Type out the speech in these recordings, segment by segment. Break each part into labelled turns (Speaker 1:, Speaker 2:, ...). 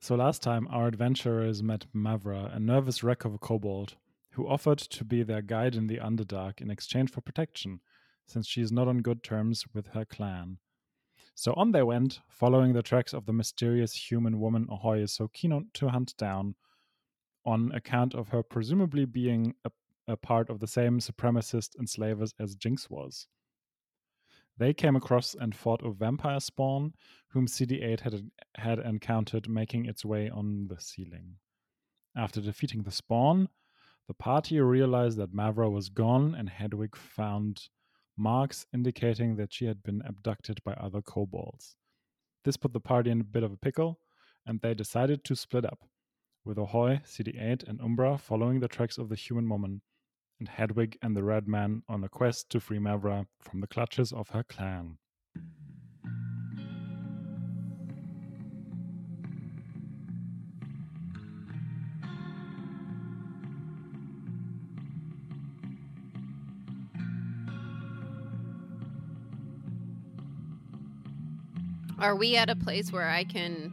Speaker 1: So last time, our adventurers met Mavra, a nervous wreck of a kobold, who offered to be their guide in the Underdark in exchange for protection, since she is not on good terms with her clan. So on they went, following the tracks of the mysterious human woman Ahoy so keen on, to hunt down, on account of her presumably being a, a part of the same supremacist enslavers as Jinx was. They came across and fought a vampire spawn, whom CD8 had, had encountered making its way on the ceiling. After defeating the spawn, the party realized that Mavra was gone, and Hedwig found marks indicating that she had been abducted by other kobolds. This put the party in a bit of a pickle, and they decided to split up, with Ahoy, CD8, and Umbra following the tracks of the human woman, and Hedwig and the Red Man on a quest to free Mavra from the clutches of her clan.
Speaker 2: Are we at a place where I can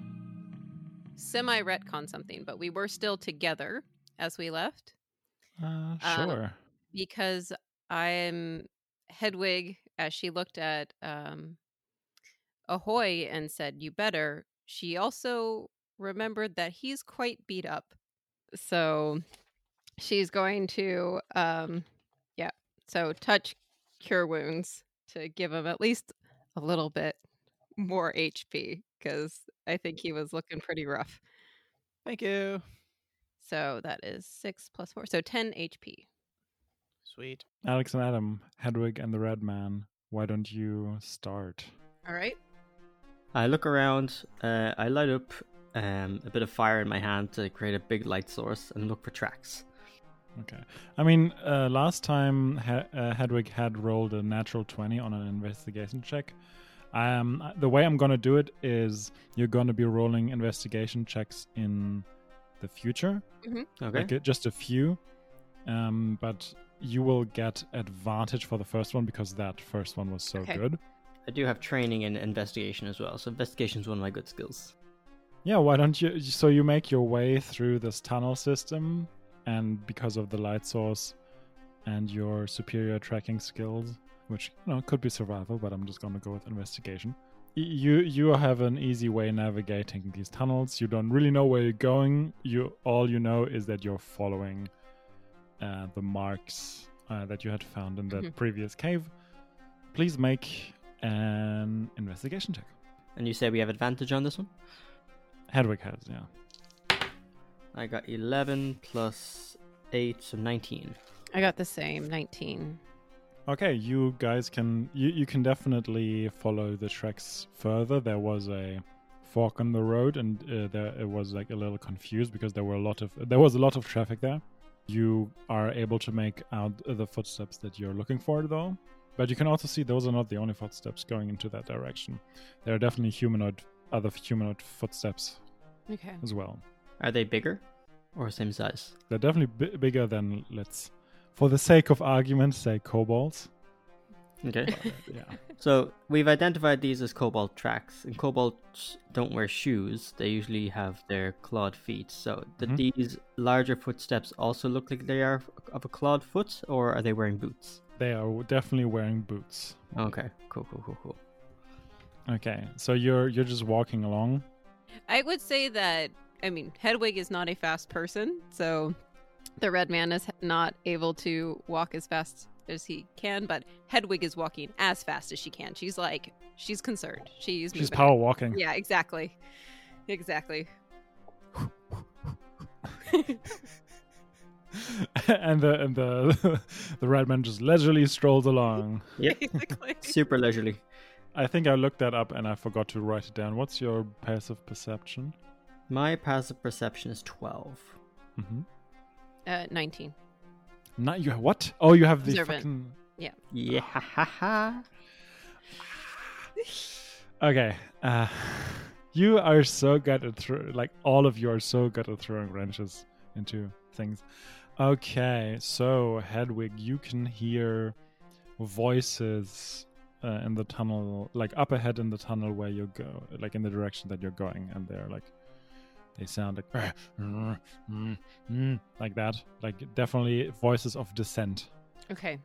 Speaker 2: semi retcon something? But we were still together as we left
Speaker 1: Uh,
Speaker 2: Um,
Speaker 1: sure.
Speaker 2: because I'm Hedwig, as she looked at um, Ahoy and said, You better. She also remembered that he's quite beat up. So she's going to, um, yeah, so touch cure wounds to give him at least a little bit more HP because I think he was looking pretty rough.
Speaker 3: Thank you.
Speaker 2: So that is six plus four. So 10 HP.
Speaker 3: Sweet.
Speaker 1: Alex and Adam, Hedwig and the Red Man, why don't you start?
Speaker 2: All right.
Speaker 4: I look around, uh, I light up um, a bit of fire in my hand to create a big light source and look for tracks.
Speaker 1: Okay. I mean, uh, last time he- uh, Hedwig had rolled a natural 20 on an investigation check. Um, the way I'm going to do it is you're going to be rolling investigation checks in the future,
Speaker 4: Okay.
Speaker 1: like uh, just a few. Um, but you will get advantage for the first one because that first one was so
Speaker 2: Okay.
Speaker 1: good.
Speaker 4: I do have training in investigation as well, so investigation is one of my good skills.
Speaker 1: Yeah, why don't you? So you make your way through this tunnel system, and because of the light source and your superior tracking skills, which you know could be survival, but I'm just gonna go with investigation. y- You you have an easy way navigating these tunnels. You don't really know where you're going. You all you know is that you're following uh, the marks uh, that you had found in that
Speaker 2: Mhm.
Speaker 1: previous cave. Please make an investigation check.
Speaker 4: And you say we have advantage on this one?
Speaker 1: Hedwig has yeah.
Speaker 4: I got 11 plus 8, so 19.
Speaker 2: I got the same 19.
Speaker 1: Okay, you guys can you, you can definitely follow the tracks further. There was a fork on the road, and uh, there it was like a little confused because there were a lot of there was a lot of traffic there. You are able to make out the footsteps that you're looking for, though. But you can also see those are not the only footsteps going into that direction. There are definitely humanoid other humanoid footsteps
Speaker 2: Okay.
Speaker 1: as well.
Speaker 4: Are they bigger or same size?
Speaker 1: They're definitely b- bigger than let's, for the sake of argument, say kobolds.
Speaker 4: Okay.
Speaker 1: Yeah.
Speaker 4: so we've identified these as cobalt tracks, and kobolds don't wear shoes. They usually have their clawed feet. So do
Speaker 1: Mhm.
Speaker 4: these larger footsteps also look like they are of a clawed foot, or are they wearing boots?
Speaker 1: They are definitely wearing boots.
Speaker 4: Okay, cool, cool, cool, cool.
Speaker 1: Okay, so you're you're just walking along.
Speaker 2: I would say that, I mean, Hedwig is not a fast person, so the red man is not able to walk as fast as he can, but Hedwig is walking as fast as she can. She's like, she's concerned. She's,
Speaker 1: She's
Speaker 2: moving.
Speaker 1: power walking.
Speaker 2: Yeah, exactly. Exactly.
Speaker 1: and the and the the red man just leisurely strolls along.
Speaker 4: Yep,
Speaker 2: Basically.
Speaker 4: super leisurely.
Speaker 1: I think I looked that up and I forgot to write it down. What's your passive perception?
Speaker 4: My passive perception is 12.
Speaker 1: Mm-hmm.
Speaker 2: Uh, 19.
Speaker 1: Not you. What? Oh, you have the
Speaker 2: Observant.
Speaker 1: fucking.
Speaker 4: Yeah, ha, ha, ha.
Speaker 1: Okay. Uh, you are so good at throw like all of you are so good at throwing wrenches into things. Okay, so Hedwig, you can hear voices uh, in the tunnel, like up ahead in the tunnel where you go, like in the direction that you're going, and they're like They sound like "Mm, mm, mm," like that, like definitely voices of dissent.
Speaker 2: Okay.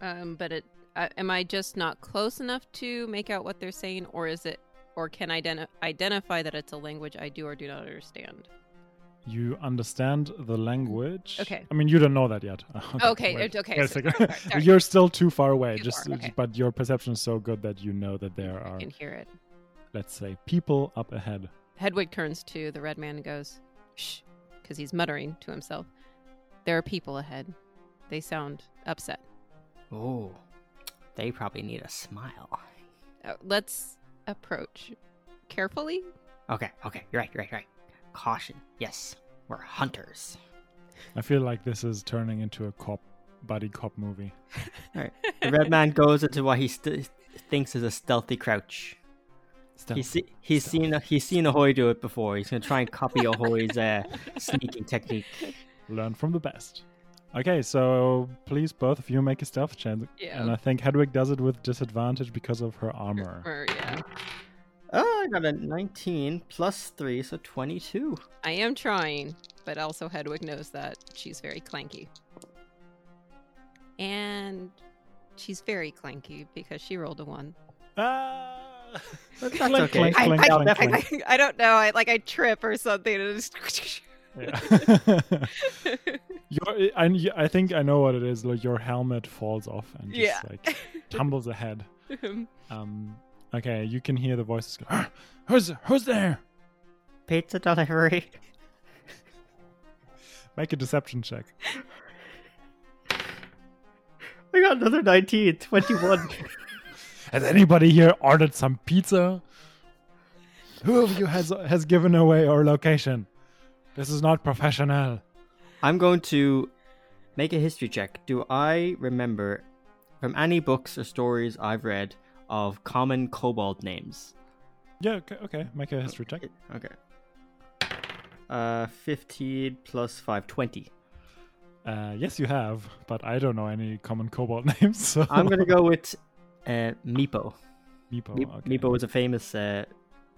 Speaker 2: Um, but it, uh, am I just not close enough to make out what they're saying, or is it, or can I identi- identify that it's a language I do or do not understand?
Speaker 1: You understand the language.
Speaker 2: Okay. Oh,
Speaker 1: I mean, you don't know that yet.
Speaker 2: Okay,
Speaker 1: wait.
Speaker 2: it- okay,
Speaker 1: Wait a
Speaker 2: so-
Speaker 1: second.
Speaker 2: sorry, sorry, sorry.
Speaker 1: You're still too far away.
Speaker 2: Too
Speaker 1: just,
Speaker 2: far, okay.
Speaker 1: but your perception is so good that you know that there
Speaker 2: I
Speaker 1: are,
Speaker 2: can hear it.
Speaker 1: let's say, people up ahead.
Speaker 2: Hedwig turns to the red man and goes, "Shh," because he's muttering to himself. There are people ahead. They sound upset.
Speaker 4: Oh, they probably need a smile.
Speaker 2: Uh, let's approach carefully.
Speaker 4: Okay, okay, you're right, you're right, you're right. Caution. Yes, we're hunters.
Speaker 1: I feel like this is turning into a cop buddy cop movie.
Speaker 4: All right. The red man goes into what he st- thinks is a stealthy crouch. He's see- he's
Speaker 1: Stealth.
Speaker 4: seen he's seen Ahoy do it before. He's gonna try and copy Ahoy's uh, sneaking technique.
Speaker 1: Learn from the best. Okay, so please, both of you, make a stealth check.
Speaker 2: Yeah.
Speaker 1: And I think Hedwig does it with disadvantage because of her armor.
Speaker 2: Or, yeah.
Speaker 4: Oh, I got a 19 plus three, so 22.
Speaker 2: I am trying, but also Hedwig knows that she's very clanky. And she's very clanky because she rolled a one.
Speaker 1: Ah!
Speaker 4: That's
Speaker 1: Clink,
Speaker 4: okay.
Speaker 1: clink,
Speaker 2: I-
Speaker 1: clink,
Speaker 2: I-
Speaker 1: clink,
Speaker 2: I,
Speaker 1: clink.
Speaker 2: I don't know. I like I trip or something. And it just...
Speaker 1: Yeah. your, I, I think I know what it is. Like your helmet falls off and just
Speaker 2: Yeah.
Speaker 1: like tumbles ahead.
Speaker 2: Um,
Speaker 1: Um, okay, you can hear the voices go. "Ah, Who's who's there?
Speaker 4: Pizza delivery.
Speaker 1: Make a deception check.
Speaker 4: I got another 19, 21.
Speaker 1: Has anybody here ordered some pizza? Who of you has has given away our location? This is not professional.
Speaker 4: I'm going to make a history check. Do I remember from any books or stories I've read of common kobold names?
Speaker 1: Yeah, okay, okay. Make a history check.
Speaker 4: Okay. Uh, 15 plus 5, 20.
Speaker 1: Uh, yes, you have, but I don't know any common kobold names. So
Speaker 4: I'm going to go with uh, Meepo.
Speaker 1: Meepo.
Speaker 4: Meep-
Speaker 1: Oh, okay.
Speaker 4: Meepo was a famous uh,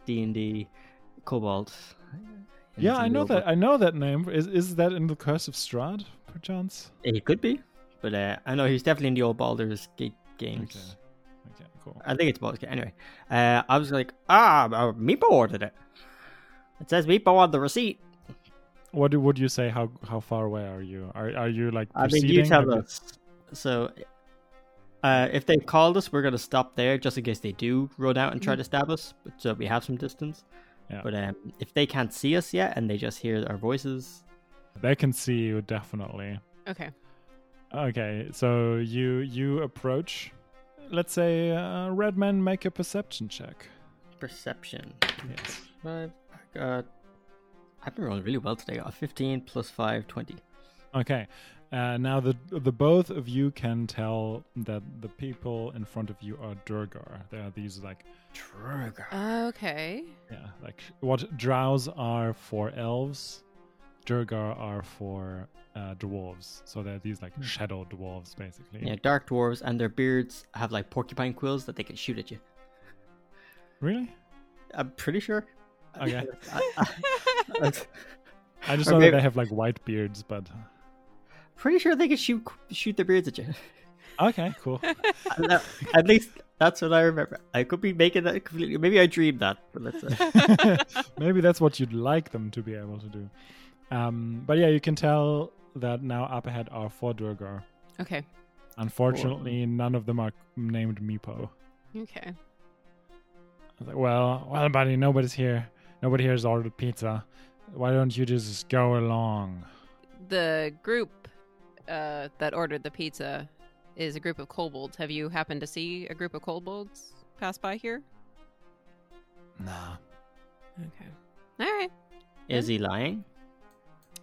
Speaker 4: D&D kobold.
Speaker 1: Yeah, I know that. I know that name. Is is that in the Curse of Strahd, perchance?
Speaker 4: It could be, but uh, I know he was definitely in the old Baldur's Gate games.
Speaker 1: Okay. Okay. Cool.
Speaker 4: I think it's Baldur's Gate. Anyway, uh, I was like, ah, uh, Meepo ordered it. It says Meepo on the receipt.
Speaker 1: What do- would you say? How how far away are you? Are are you like?
Speaker 4: I mean,
Speaker 1: proceeding?
Speaker 4: you
Speaker 1: Have
Speaker 4: tell us. So, uh, if they called us, we're gonna stop there just in case they do run out and try to stab us, but so we have some
Speaker 1: Mm.
Speaker 4: distance.
Speaker 1: Yeah.
Speaker 4: But um, if they can't see us yet and they just hear our voices,
Speaker 1: They can see you definitely.
Speaker 2: okay.
Speaker 1: Okay, so you you approach. Let's say uh, red men make a perception check.
Speaker 4: perception.
Speaker 1: Yes.
Speaker 4: Five. I got. I've been rolling really well today. I got a 15 plus 5, 20.
Speaker 1: Okay. Uh, now the the both of you can tell that the people in front of you are Durgar. They are these like
Speaker 4: Trigger.
Speaker 2: Okay.
Speaker 1: Yeah, like what drows are for elves, Durgar are for uh, dwarves. So they're these
Speaker 4: Hmm.
Speaker 1: like shadow dwarves, basically.
Speaker 4: Yeah, dark dwarves, and their beards have like porcupine quills that they can shoot at you.
Speaker 1: Really?
Speaker 4: I'm pretty sure.
Speaker 1: Okay.
Speaker 4: I- I- I'm
Speaker 1: I just
Speaker 4: Or
Speaker 1: know that
Speaker 4: maybe-
Speaker 1: they have like white beards, but
Speaker 4: pretty sure they can shoot shoot their beards at you.
Speaker 1: okay, cool.
Speaker 4: That- at least that's what I remember. I could be making that completely. Maybe I dreamed that, but let's. Uh,
Speaker 1: Maybe that's what you'd like them to be able to do. Um, but yeah, you can tell that now up ahead are four Durgar.
Speaker 2: Okay.
Speaker 1: Unfortunately, none of them are named Meepo.
Speaker 2: Okay.
Speaker 1: I was like, well, well, buddy, nobody's here. Nobody here's ordered pizza. Why don't you just go along?
Speaker 2: The group uh, that ordered the pizza is a group of kobolds. Have you happened to see a group of kobolds pass by here?
Speaker 1: Nah.
Speaker 2: Okay. All right.
Speaker 4: is he lying?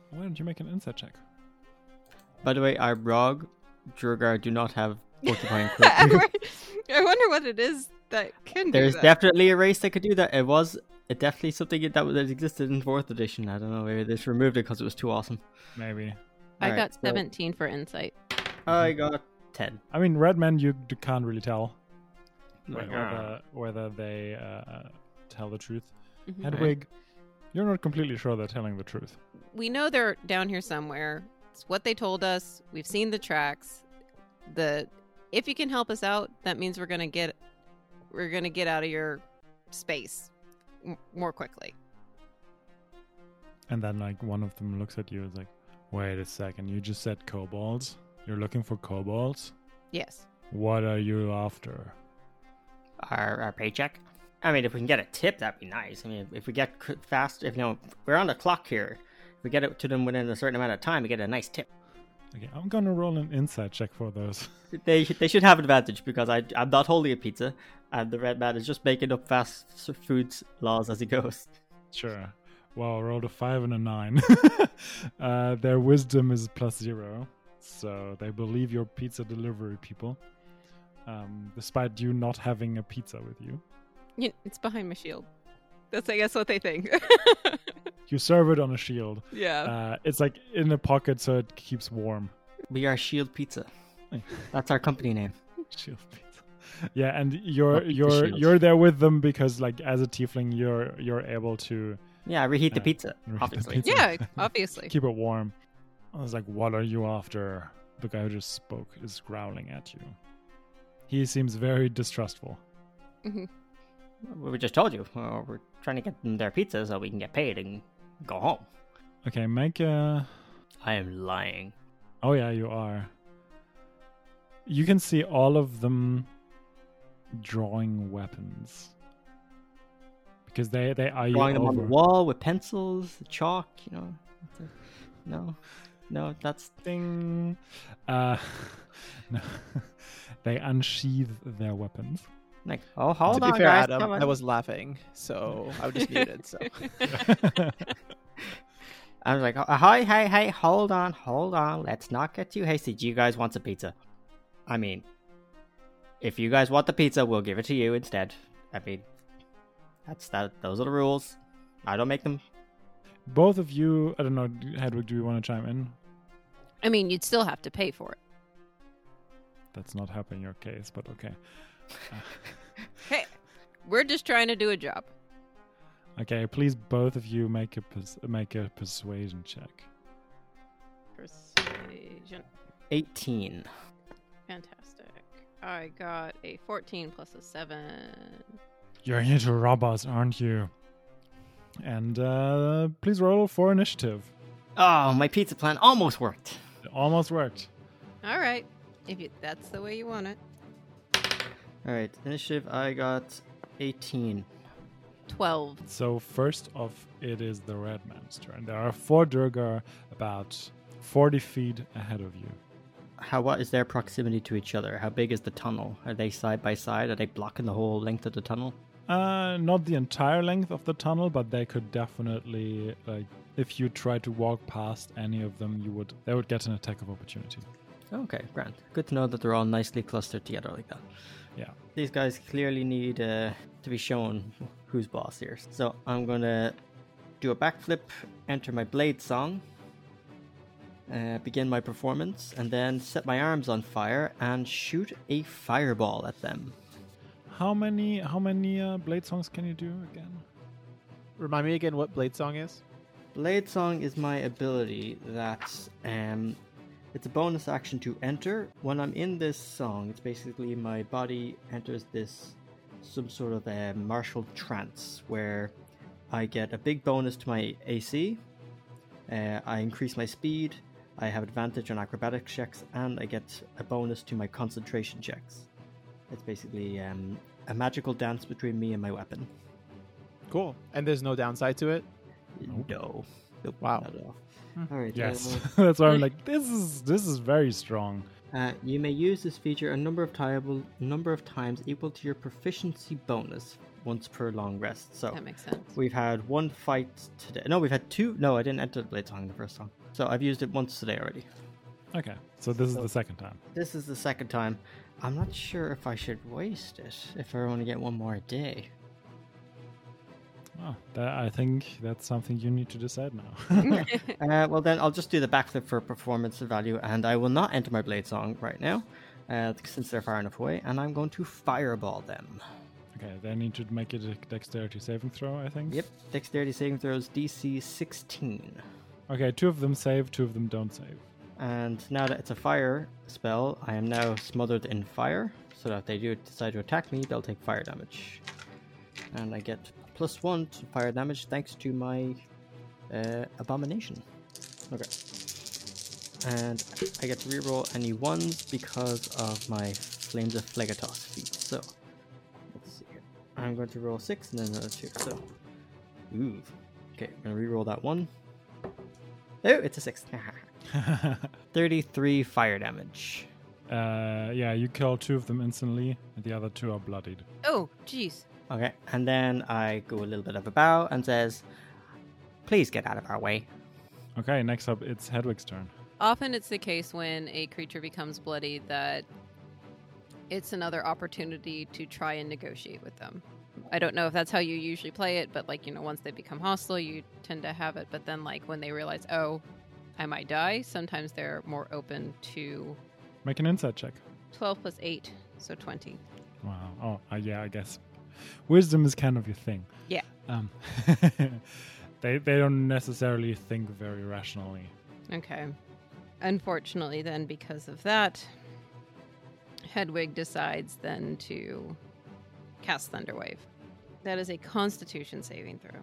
Speaker 1: Why don't you make an insight check?
Speaker 4: By the way, I'm wrong. Drugar do not have porcupine
Speaker 2: I
Speaker 4: quills.
Speaker 2: wonder- I wonder what it is that can
Speaker 4: There's
Speaker 2: do that.
Speaker 4: definitely a race that could do that. It was it definitely something that was that existed in fourth edition. I don't know. Maybe they just removed it because it was too awesome.
Speaker 1: Maybe.
Speaker 2: I
Speaker 4: Alright,
Speaker 2: got
Speaker 4: so
Speaker 2: 17 for insight.
Speaker 4: I got ten.
Speaker 1: I mean, red men, you d- can't really tell
Speaker 4: Like,
Speaker 1: whether, whether they uh, uh, tell the truth.
Speaker 2: Mhm.
Speaker 1: Hedwig, You're not completely sure they're telling the truth.
Speaker 2: we know they're down here somewhere. It's what they told us. We've seen the tracks. The if you can help us out, that means we're gonna get we're gonna get out of your space m- more quickly.
Speaker 1: And then, like, one of them looks at you and is like, wait a second, you just said kobolds? You're looking for kobolds?
Speaker 2: Yes.
Speaker 1: What are you after?
Speaker 4: Our, our paycheck. I mean, if we can get a tip, that'd be nice. I mean, if we get c- fast, if you know, we're on the clock here. If we get it to them within a certain amount of time, we get a nice tip.
Speaker 1: Okay, I'm gonna roll an insight check for those.
Speaker 4: They they should have advantage because I I'm not holding a pizza, and the red man is just making up fast s- foods laws as he goes.
Speaker 1: Sure. Well, I rolled a five and a nine. uh, their wisdom is plus zero, so they believe your pizza delivery people, um, despite you not having a pizza with you.
Speaker 2: You- It's behind my shield. That's I guess what they think.
Speaker 1: You serve it on a shield.
Speaker 2: yeah.
Speaker 1: Uh, it's like in a pocket, so it keeps warm.
Speaker 4: We are Shield Pizza. That's our company name.
Speaker 1: Shield pizza. Yeah, and you're
Speaker 4: Not pizza
Speaker 1: you're
Speaker 4: shield.
Speaker 1: you're there with them because, like, as a tiefling, you're you're able to
Speaker 4: Yeah, reheat the
Speaker 1: Uh,
Speaker 4: pizza.
Speaker 1: reheat the
Speaker 4: obviously,
Speaker 1: pizza.
Speaker 2: yeah, obviously.
Speaker 1: keep it warm. I was like, What are you after? The guy who just spoke is growling at you. He seems very distrustful.
Speaker 4: we we just told you uh, we're trying to get them their pizza so we can get paid and go home.
Speaker 1: Okay, make a.
Speaker 4: I am lying.
Speaker 1: Oh, yeah, you are. You can see all of them drawing weapons. Because they, they are you
Speaker 4: Drawing them on the
Speaker 1: over.
Speaker 4: wall with pencils, chalk. You know, no, no, that's
Speaker 1: Ding. Uh, no. they unsheathe their weapons.
Speaker 4: like oh, hold
Speaker 3: to
Speaker 4: on,
Speaker 3: be fair,
Speaker 4: guys,
Speaker 3: Adam,
Speaker 4: come on.
Speaker 3: I was laughing, so I was just muted. So
Speaker 4: I was like, oh, hey, hey, hey, hold on, hold on. Let's not get too hasty. Do you guys want some pizza? I mean, if you guys want the pizza, we'll give it to you instead. I mean, that's that. Those are the rules. I don't make them.
Speaker 1: Both of you, I don't know, Hedwig, do you want to chime in?
Speaker 2: I mean, you'd still have to pay for it.
Speaker 1: That's not helping your case, but okay.
Speaker 2: Hey, we're just trying to do a job.
Speaker 1: Okay, please, both of you make a pers- make a persuasion check.
Speaker 2: Persuasion.
Speaker 4: Eighteen.
Speaker 2: Fantastic. I got a 14 plus a 7.
Speaker 1: You're here to rob us, aren't you? And uh, please roll for initiative.
Speaker 4: Oh, my pizza plan almost worked.
Speaker 1: It almost worked.
Speaker 2: All right. If you, that's the way you want it.
Speaker 4: All right, initiative. I got eighteen.
Speaker 2: 12.
Speaker 1: So first off, it is the red man's turn. There are four Durgar about forty feet ahead of you.
Speaker 4: How what is their proximity to each other? How big is the tunnel? Are they side by side? Are they blocking the whole length of the tunnel?
Speaker 1: Uh, not the entire length of the tunnel, but they could definitely like if you try to walk past any of them, you would they would get an attack of opportunity.
Speaker 4: Okay, grand. Good to know that they're all nicely clustered together like that.
Speaker 1: Yeah.
Speaker 4: These guys clearly need uh, to be shown who's boss here. So I'm gonna do a backflip, enter my blade song, uh, begin my performance, and then set my arms on fire and shoot a fireball at them.
Speaker 1: How many how many uh, blade songs can you do again?
Speaker 3: remind me again what Blade Song is.
Speaker 4: Blade Song is my ability that um, it's a bonus action to enter. When I'm in this song, it's basically my body enters this some sort of a martial trance where I get a big bonus to my AC. Uh, I increase my speed. I have advantage on acrobatic checks, and I get a bonus to my concentration checks. It's basically um, a magical dance between me and my weapon.
Speaker 3: Cool. And there's no downside to it.
Speaker 4: No. Nope,
Speaker 3: Wow.
Speaker 4: not at all. All right.
Speaker 1: Yes,
Speaker 4: uh,
Speaker 1: that's why I'm like this is this is very strong.
Speaker 4: Uh, you may use this feature a number of tiable number of times equal to your proficiency bonus once per long rest. So
Speaker 2: That makes sense.
Speaker 4: we've had one fight today. No, we've had two. No, I didn't enter the blade song the first time. So I've used it once today already.
Speaker 1: Okay, so this is the second time.
Speaker 4: This is the second time. I'm not sure if I should waste it if I only get one more day.
Speaker 1: Oh, that, I think that's something you need to decide now.
Speaker 4: Uh, well, then I'll just do the backflip for performance value, and I will not enter my blade song right now, uh, since they're far enough away. And I'm going to fireball them.
Speaker 1: Okay, they need to make it a dexterity saving throw, I think.
Speaker 4: Yep. Dexterity saving throws DC 16.
Speaker 1: Okay, two of them save, two of them don't save.
Speaker 4: And now that it's a fire spell, I am now smothered in fire. So that if they do decide to attack me, they'll take fire damage. And I get plus one to fire damage thanks to my uh, abomination. Okay. And I get to reroll any ones because of my Flames of Phlegatos feat. So, let's see here. I'm going to roll six and then another two. So, ooh. Okay, I'm going to reroll that one. Oh, it's a six.
Speaker 1: uh,
Speaker 4: 33 fire damage.
Speaker 1: Uh, yeah, you kill two of them instantly, and the other two are bloodied.
Speaker 2: Oh, jeez.
Speaker 4: Okay, and then I go a little bit of a bow and says, "Please get out of our way."
Speaker 1: Okay, next up, it's Hedwig's turn.
Speaker 2: Often it's the case when a creature becomes bloody that it's another opportunity to try and negotiate with them. I don't know if that's how you usually play it, but like, you know, once they become hostile, you tend to have it. But then, like, when they realize, oh, I might die, sometimes they're more open to
Speaker 1: Make an insight check.
Speaker 2: 12 plus 8, so 20.
Speaker 1: Wow. Oh, uh, yeah, I guess. Wisdom is kind of your thing.
Speaker 2: Yeah.
Speaker 1: Um, they, they don't necessarily think very rationally.
Speaker 2: Okay. Unfortunately, then, because of that, Hedwig decides then to cast Thunderwave. That is a Constitution saving throw.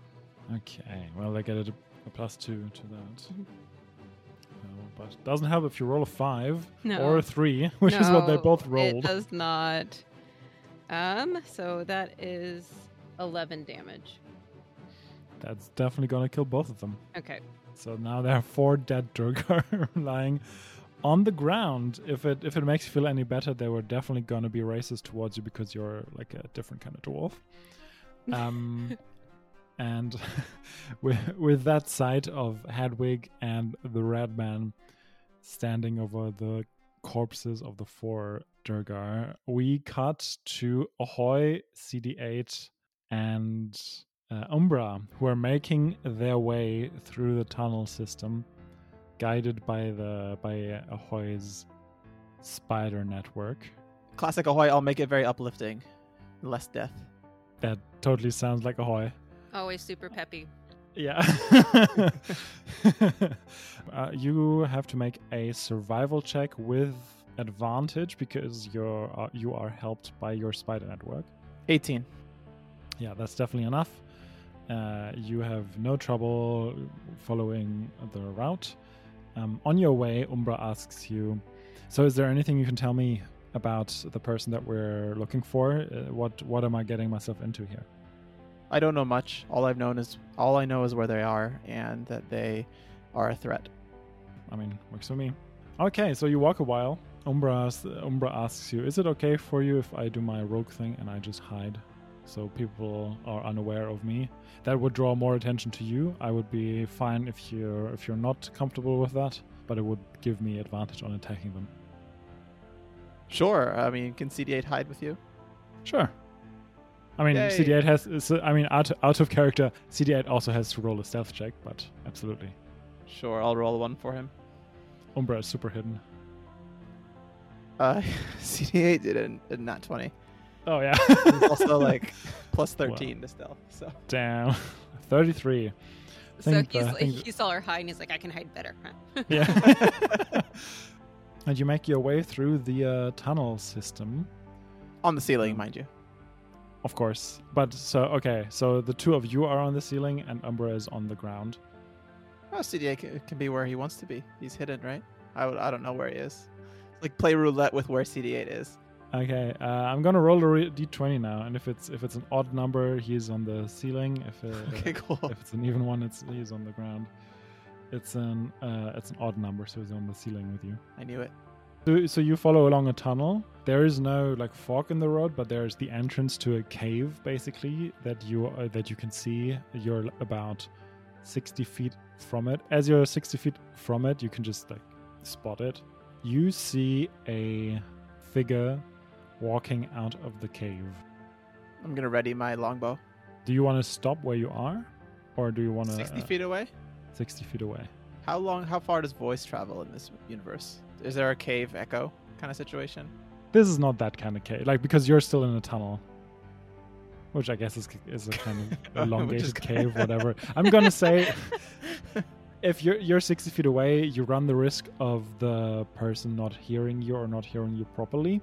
Speaker 1: Okay, well, they get a, a plus two to that.
Speaker 2: Mm-hmm.
Speaker 1: No, but it doesn't help if you roll a five
Speaker 2: No.
Speaker 1: or a three, which is what they
Speaker 2: No,
Speaker 1: both
Speaker 2: It
Speaker 1: rolled.
Speaker 2: does not. Um, so that is 11 damage.
Speaker 1: That's definitely going to kill both of them.
Speaker 2: Okay.
Speaker 1: So now there are four dead Durgar lying on the ground. If it if it makes you feel any better, they were definitely gonna be racist towards you because you're like a different kind of dwarf. Um, and with with that sight of Hadwig and the Red Man standing over the corpses of the four Durgar, we cut to Ahoy CD8 and uh, Umbra, who are making their way through the tunnel system, guided by the by Ahoy's spider network.
Speaker 3: Classic Ahoy, I'll make it very uplifting. Less death.
Speaker 1: That totally sounds like Ahoy.
Speaker 2: Always super peppy.
Speaker 1: Yeah. uh, you have to make a survival check with advantage because you're uh, you are helped by your spider network.
Speaker 3: 18.
Speaker 1: yeah, that's definitely enough. Uh, you have no trouble following the route. Um, on your way, Umbra asks you, "So, is there anything you can tell me about the person that we're looking for? Uh, what what am I getting myself into here?"
Speaker 3: I don't know much. All I've known is all I know is where they are and that they are a threat.
Speaker 1: I mean, works for me. Okay, so you walk a while. Umbra as- Umbra asks you, "Is it okay for you if I do my rogue thing and I just hide, so people are unaware of me? That would draw more attention to you. I would be fine if you're if you're not comfortable with that, but it would give me advantage on attacking them."
Speaker 3: Sure. I mean, can CD8 hide with you?
Speaker 1: Sure. I mean,
Speaker 3: Yay.
Speaker 1: CD8 has. is- I mean, out out of character, CD8 also has to roll a stealth check, but absolutely,
Speaker 3: Sure. I'll roll one for him.
Speaker 1: Umbra is super hidden.
Speaker 3: Uh, CD8 did a, a nat 20.
Speaker 1: Oh yeah.
Speaker 3: He's also like plus
Speaker 1: Wow.
Speaker 3: 13 to stealth. So
Speaker 1: Damn, thirty-three.
Speaker 2: So
Speaker 1: Think,
Speaker 2: he's,
Speaker 1: uh, think-
Speaker 2: he saw her hide and he's like, I can hide better.
Speaker 1: Yeah. and you make your way through the uh, tunnel system,
Speaker 3: on the ceiling, mind you.
Speaker 1: of course. But so okay, so the two of you are on the ceiling, and Umbra is on the ground.
Speaker 3: Oh, CDA can, can be where he wants to be. He's hidden, right? I, would, I don't know where he is. Like play roulette with where CD8 is.
Speaker 1: Okay, uh, I'm gonna roll a re- d20 now, and if it's if it's an odd number, he's on the ceiling. If uh,
Speaker 3: Okay, cool.
Speaker 1: if it's an even one, it's he's on the ground. It's an uh, it's an odd number, so he's on the ceiling with you.
Speaker 3: I knew it.
Speaker 1: So, so you follow along a tunnel. There is no like fork in the road, but there is the entrance to a cave, basically that you uh, that you can see. You're about sixty feet from it. As you're sixty feet from it, you can just like spot it. You see a figure walking out of the cave.
Speaker 3: I'm gonna ready my longbow.
Speaker 1: Do you want to stop where you are, or do you want to
Speaker 3: 60 feet away.
Speaker 1: Sixty feet away.
Speaker 3: How long? How far does voice travel in this universe? Is there a cave echo kind of situation?
Speaker 1: This is not that kind of cave, like because you're still in a tunnel. which I guess is is a kind of
Speaker 3: Which is
Speaker 1: elongated
Speaker 3: kind-
Speaker 1: cave, whatever. I'm gonna say if you're you're 60 feet away, you run the risk of the person not hearing you or not hearing you properly.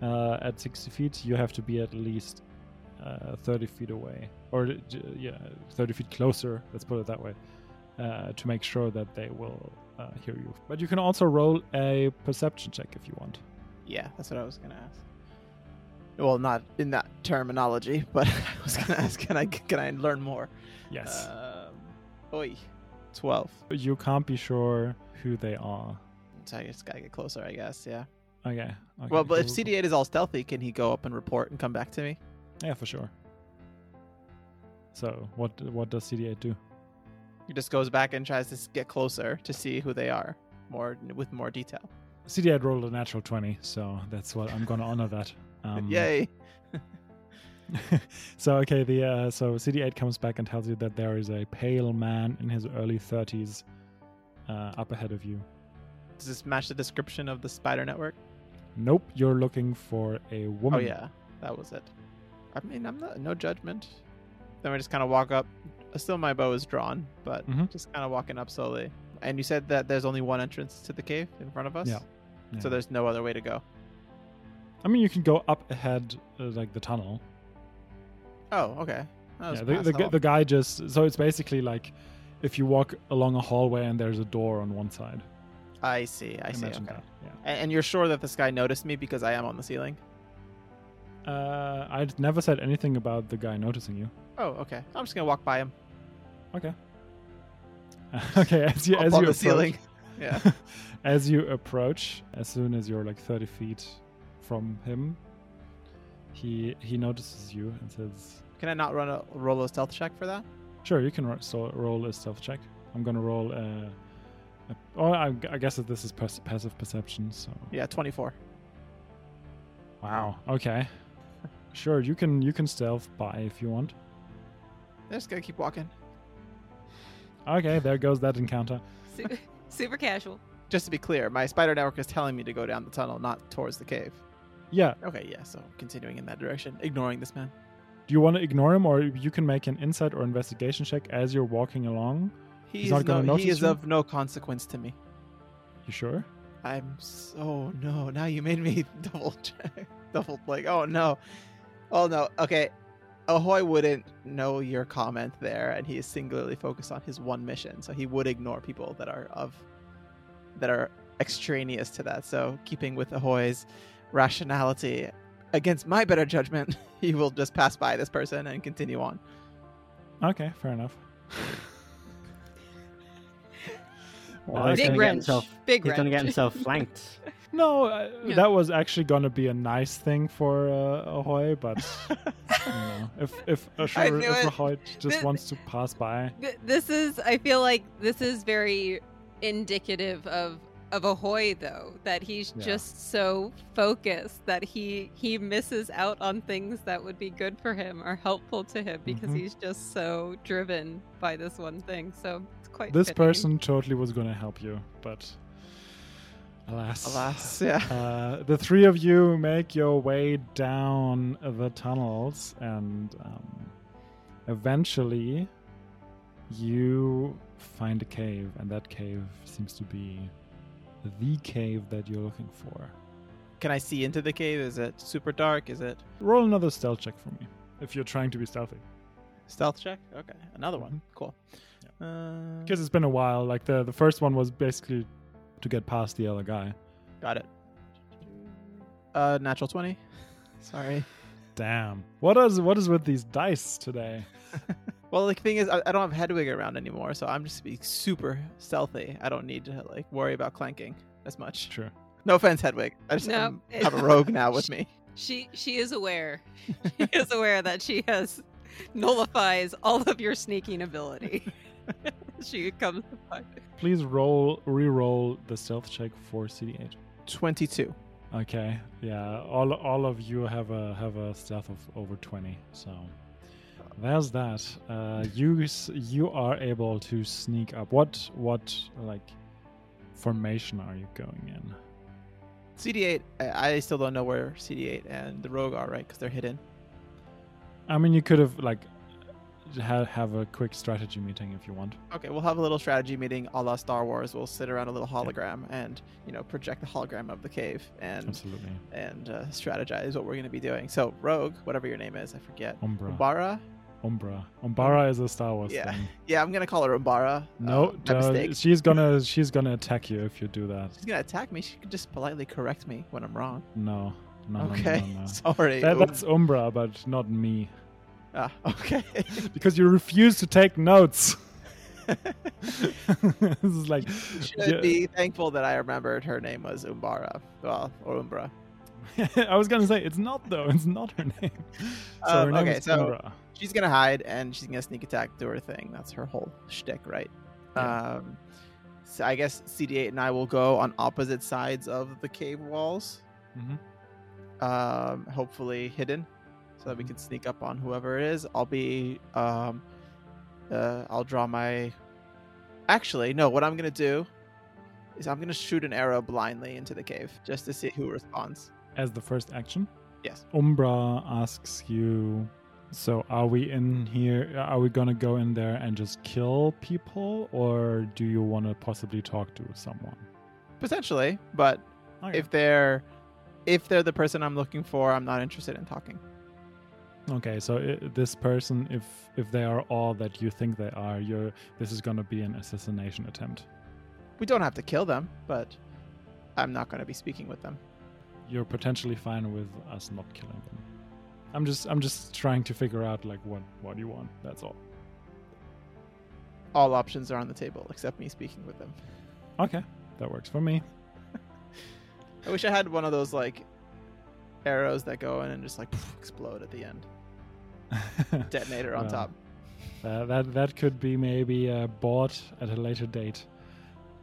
Speaker 1: Uh, at 60 feet, you have to be at least uh, 30 feet away, or uh, j- yeah, 30 feet closer. Let's put it that way, uh, to make sure that they will uh, hear you. But you can also roll a perception check if you want.
Speaker 3: Yeah, that's what I was gonna ask. Well, not in that terminology, but I was gonna ask, can I can I learn more?
Speaker 1: Yes.
Speaker 3: Um, oi, twelve.
Speaker 1: you can't be sure who they are.
Speaker 3: So I just gotta get closer, I guess. Yeah.
Speaker 1: Okay. okay.
Speaker 3: Well, but if
Speaker 1: cool,
Speaker 3: CD8 is all stealthy, can he go up and report and come back to me?
Speaker 1: cool. yeah, for sure. So what what does CD8 do?
Speaker 3: He just goes back and tries to s- get closer to see who they are more with more detail.
Speaker 1: CD8 rolled a natural twenty, so that's what I'm gonna honor that. Um,
Speaker 3: Yay!
Speaker 1: so okay, the uh, so CD8 comes back and tells you that there is a pale man in his early thirties uh, up ahead of you.
Speaker 3: Does this match the description of the spider network?
Speaker 1: Nope, you're looking for a woman.
Speaker 3: Oh yeah, that was it. I mean, I'm not no judgment. Then we just kind of walk up. uh, Still, my bow is drawn, but
Speaker 1: Mhm.
Speaker 3: just kind of walking up slowly. And you said that there's only one entrance to the cave in front of us.
Speaker 1: Yeah,
Speaker 3: So
Speaker 1: yeah.
Speaker 3: there's no other way to go.
Speaker 1: I mean, you can go up ahead, uh, like the tunnel.
Speaker 3: Oh, okay. That was
Speaker 1: Yeah, the, the,
Speaker 3: past
Speaker 1: gu-
Speaker 3: all.
Speaker 1: the guy just so it's basically like if you walk along a hallway and there's a door on one side.
Speaker 3: I see. I see. Okay.
Speaker 1: Imagine
Speaker 3: And,
Speaker 1: that. Yeah.
Speaker 3: and you're sure that this guy noticed me because I am on the ceiling?
Speaker 1: Uh, I'd never said anything about the guy noticing you.
Speaker 3: Oh, okay. I'm just gonna walk by him
Speaker 1: okay, as you
Speaker 3: up
Speaker 1: as
Speaker 3: on
Speaker 1: you
Speaker 3: the
Speaker 1: approach,
Speaker 3: ceiling. yeah.
Speaker 1: as you approach, as soon as you're like 30 feet from him, he he notices you and says,
Speaker 3: Can I not run a roll a stealth check for that?
Speaker 1: "Sure, you can ro- so roll a stealth check. I'm gonna roll a." a oh, I, I guess that this is pers- passive perception. So
Speaker 3: Yeah, 24.
Speaker 1: wow. Okay. Sure, you can you can stealth by if you want.
Speaker 3: I'm just gonna keep walking
Speaker 1: Okay, there goes that encounter.
Speaker 2: Su- super casual.
Speaker 3: just to be clear, my spider network is telling me to go down the tunnel, not towards the cave.
Speaker 1: Yeah,
Speaker 3: Okay, yeah, so continuing in that direction, ignoring this man.
Speaker 1: do you want to ignore him, or you can make an insight or investigation check as you're walking along?
Speaker 3: He
Speaker 1: He's
Speaker 3: is
Speaker 1: not gonna
Speaker 3: no, he
Speaker 1: notice
Speaker 3: is
Speaker 1: you?
Speaker 3: of no consequence to me.
Speaker 1: You sure?
Speaker 3: I'm so no, now you made me double check. Double like, oh no. Oh no. Okay. Ahoy wouldn't know your comment there, and he is singularly focused on his one mission, so he would ignore people that are of that are extraneous to that. So keeping with Ahoy's rationality against my better judgment, he will just pass by this person and continue on.
Speaker 1: Okay, fair enough.
Speaker 4: Well,
Speaker 1: Big
Speaker 4: he's gonna get
Speaker 2: wrench.
Speaker 4: himself-
Speaker 2: Big
Speaker 4: He's gonna
Speaker 2: wrench.
Speaker 4: get himself flanked.
Speaker 1: No, uh,
Speaker 2: Yeah.
Speaker 1: that was actually going to be a nice thing for uh, Ahoy, but you know, if if, uh,
Speaker 2: I
Speaker 1: sure,
Speaker 2: knew
Speaker 1: if
Speaker 2: it.
Speaker 1: Ahoy just
Speaker 2: Th-
Speaker 1: wants to pass by,
Speaker 2: Th- This is. I feel like this is very indicative of of Ahoy, though, that he's
Speaker 1: Yeah.
Speaker 2: just so focused that he he misses out on things that would be good for him or helpful to him because
Speaker 1: Mhm.
Speaker 2: he's just so driven by this one thing. So it's quite
Speaker 1: this
Speaker 2: fitting.
Speaker 1: person totally was going to help you, but alas,
Speaker 3: Alas, yeah.
Speaker 1: Uh, the three of you make your way down the tunnels, and um, eventually you find a cave, and that cave seems to be the cave that you're looking for.
Speaker 3: Can I see into the cave? Is it super dark? Is it
Speaker 1: Roll another stealth check for me if you're trying to be stealthy,
Speaker 3: stealth check? Okay. Another one. Cool. Uh,
Speaker 1: because it's been a while. Like the the first one was basically to get past the other guy.
Speaker 3: Got it. Uh, natural twenty. Sorry.
Speaker 1: Damn, what is what is with these dice today?
Speaker 3: Well, the thing is, I, I don't have Hedwig around anymore, so I'm just being super stealthy. I don't need to like worry about clanking as much.
Speaker 1: True.
Speaker 3: No offense, Hedwig. I just
Speaker 2: No,
Speaker 3: I'm-
Speaker 2: it-
Speaker 3: have a rogue now with me.
Speaker 2: She she is aware. She is aware that she has nullifies all of your sneaking ability. she comes.
Speaker 1: Please roll re-roll the stealth check for CD8.
Speaker 3: Twenty-two.
Speaker 1: Okay, yeah, all all of you have a have a stealth of over twenty, so there's that. Uh, you s- you are able to sneak up. What what like formation are you going in?
Speaker 3: CD8. I, I still don't know where CD8 and the rogue are, right? Because they're hidden.
Speaker 1: I mean, you could have like ha- have a quick strategy meeting if you want.
Speaker 3: Okay, we'll have a little strategy meeting a la Star Wars. We'll sit around a little hologram and, you know, project the hologram of the cave and
Speaker 1: Absolutely,
Speaker 3: and uh, strategize what we're going to be doing. So, Rogue, whatever your name is, I forget.
Speaker 1: Umbra.
Speaker 3: Umbara?
Speaker 1: Umbra. Umbara is a Star Wars
Speaker 3: Yeah.
Speaker 1: thing.
Speaker 3: Yeah, I'm going to call her Umbara.
Speaker 1: No,
Speaker 3: uh, my
Speaker 1: uh,
Speaker 3: mistake.
Speaker 1: she's gonna she's gonna attack you if you do that.
Speaker 3: She's going to attack me. She could just politely correct me when I'm wrong.
Speaker 1: No, no, no,
Speaker 3: okay,
Speaker 1: no, no, no.
Speaker 3: sorry.
Speaker 1: That,
Speaker 3: Um,
Speaker 1: that's Umbra, but not me,
Speaker 3: ah, okay.
Speaker 1: because you refuse to take notes. this is like
Speaker 3: Should
Speaker 1: yeah,
Speaker 3: be thankful that I remembered her name was Umbara. Well, or Umbra.
Speaker 1: I was gonna say it's not though. It's not her name. So
Speaker 3: Um,
Speaker 1: her name
Speaker 3: okay,
Speaker 1: is
Speaker 3: so-
Speaker 1: Umbra.
Speaker 3: She's gonna hide and she's gonna sneak attack, do her thing. That's her whole shtick, right? Um, so I guess CD8 and I will go on opposite sides of the cave walls,
Speaker 1: Mhm.
Speaker 3: um, hopefully hidden, so that we
Speaker 1: Mhm.
Speaker 3: can sneak up on whoever it is. I'll be, um, uh, I'll draw my. Actually, no. What I'm gonna do is I'm gonna shoot an arrow blindly into the cave just to see who responds.
Speaker 1: As the first action.
Speaker 3: Yes.
Speaker 1: Umbra asks you, so are we in here? Are we gonna go in there and just kill people, or do you want to possibly talk to someone?
Speaker 3: Potentially, but
Speaker 1: Okay.
Speaker 3: if they're if they're the person I'm looking for, I'm not interested in talking.
Speaker 1: okay, so i this person, if if they are all that you think they are, you're this is gonna be an assassination attempt.
Speaker 3: We don't have to kill them, but I'm not going to be speaking with them.
Speaker 1: You're potentially fine with us not killing them. I'm just I'm just trying to figure out like what what you want. That's all.
Speaker 3: All options are on the table except me speaking with them.
Speaker 1: Okay, that works for me.
Speaker 3: I wish I had one of those like arrows that go in and just like explode at the end, detonator on
Speaker 1: Well,
Speaker 3: top.
Speaker 1: Uh, that that could be maybe uh, bought at a later date.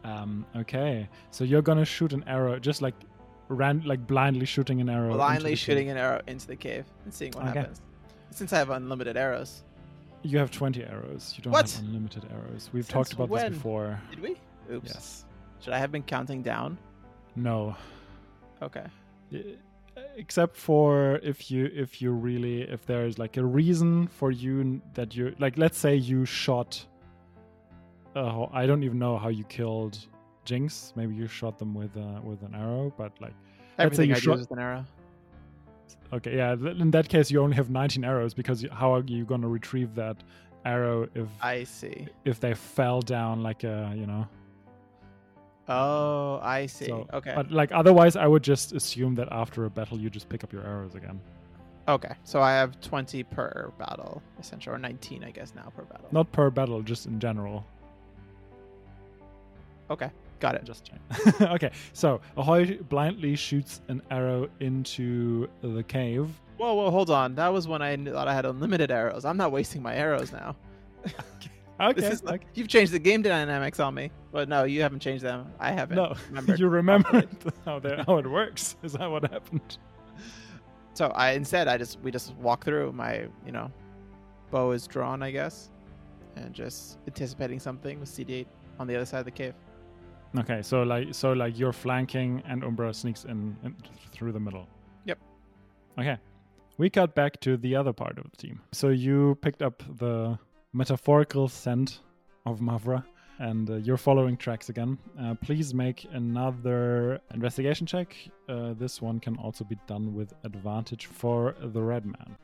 Speaker 1: Um, okay, so you're gonna shoot an arrow, just like ran like blindly shooting an arrow. into
Speaker 3: Blindly
Speaker 1: the
Speaker 3: shooting
Speaker 1: cave.
Speaker 3: an arrow into the cave and seeing what
Speaker 1: Okay.
Speaker 3: happens. Since I have unlimited arrows,
Speaker 1: You have twenty arrows. You don't
Speaker 3: What?
Speaker 1: have unlimited arrows. We've
Speaker 3: Since
Speaker 1: talked about
Speaker 3: when?
Speaker 1: this before.
Speaker 3: did we? Oops.
Speaker 1: Yes.
Speaker 3: Should I have been counting down?
Speaker 1: No.
Speaker 3: Okay.
Speaker 1: E- Except for if you if you really if there is like a reason for you n- that you like let's say you shot. Oh, I don't even know how you killed Jinx. Maybe you shot them with uh, with an arrow, but like. Let's say
Speaker 3: Everything
Speaker 1: you
Speaker 3: I do
Speaker 1: shot-
Speaker 3: is with an arrow.
Speaker 1: Okay, yeah. th- In that case, you only have 19 arrows because you- how are you going to retrieve that arrow if
Speaker 3: I see.
Speaker 1: if they fell down like a you know?
Speaker 3: Oh, I see.
Speaker 1: so-
Speaker 3: okay.
Speaker 1: But like otherwise, I would just assume that after a battle, you just pick up your arrows again.
Speaker 3: Okay, so I have 20 per battle, essentially, or 19, I guess, now per battle.
Speaker 1: Not per battle, just in general.
Speaker 3: Okay, got it.
Speaker 1: Just check. okay, so Ahoy blindly shoots an arrow into the cave.
Speaker 3: Whoa, whoa, hold on. That was when I kn- thought I had unlimited arrows. I'm not wasting my arrows now.
Speaker 1: Okay,
Speaker 3: This is like,
Speaker 1: okay.
Speaker 3: you've changed the game dynamics on me. But no, you haven't changed them. I haven't.
Speaker 1: no,
Speaker 3: remembered
Speaker 1: you remembered how, they- how it works. Is that what happened?
Speaker 3: So I instead, I just we just walk through. My you know, bow is drawn, I guess, and just anticipating something with CD8 on the other side of the cave.
Speaker 1: Okay, so like so like you're flanking and Umbra sneaks in, in through the middle.
Speaker 3: Yep.
Speaker 1: Okay. We cut back to the other part of the team. So you picked up the metaphorical scent of Mavra and uh, you're following tracks again. Uh, please make another investigation check. Uh, this one can also be done with advantage for the red man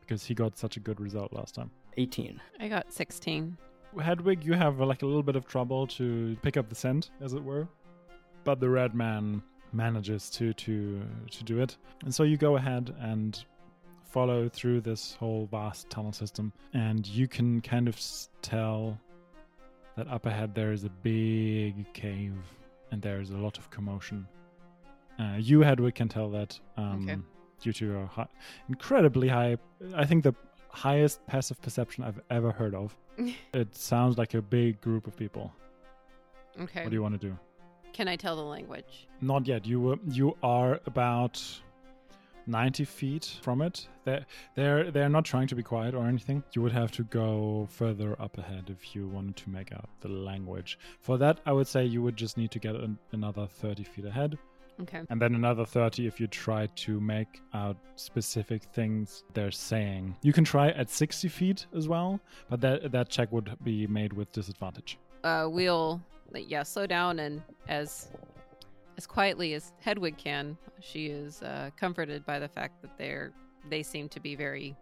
Speaker 1: because he got such a good result last time.
Speaker 4: 18.
Speaker 2: I got 16.
Speaker 1: Hedwig, you have uh, like a little bit of trouble to pick up the scent, as it were, but the red man manages to to to do it, and so you go ahead and follow through this whole vast tunnel system, and you can kind of s- tell that up ahead there is a big cave, and there is a lot of commotion. Uh, you, Hedwig, can tell that um,
Speaker 2: Okay.
Speaker 1: due to your high, incredibly high. I think the highest passive perception I've ever heard of. It sounds like a big group of people.
Speaker 2: Okay.
Speaker 1: What do you want to do?
Speaker 2: Can I tell the language?
Speaker 1: Not yet. You were, you are about ninety feet from it. They're they're they're not trying to be quiet or anything. You would have to go further up ahead if you wanted to make out the language. For that, I would say you would just need to get an, another thirty feet ahead.
Speaker 2: Okay.
Speaker 1: and then another 30 if you try to make out specific things they're saying. You can try at 60 feet as well, but that that check would be made with disadvantage.
Speaker 2: Uh, we'll yeah slow down and as as quietly as Hedwig can, she is uh, comforted by the fact that they're they seem to be very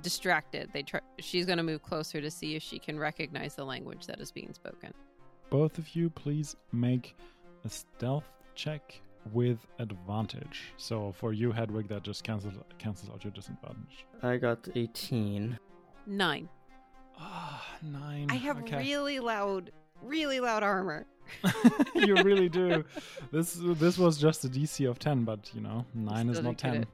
Speaker 2: distracted. They try. She's going to move closer to see if she can recognize the language that is being spoken.
Speaker 1: Both of you please make a stealth check with advantage. So for you Hedwig that just cancels cancels out your disadvantage.
Speaker 4: I got 18.
Speaker 2: Nine.
Speaker 1: Ah, nine.
Speaker 2: I have
Speaker 1: okay.
Speaker 2: really loud, really loud armor.
Speaker 1: you really do. This this was just a DC of ten, but you know nine is
Speaker 2: Still
Speaker 1: not
Speaker 2: didn't get
Speaker 1: ten.
Speaker 2: it.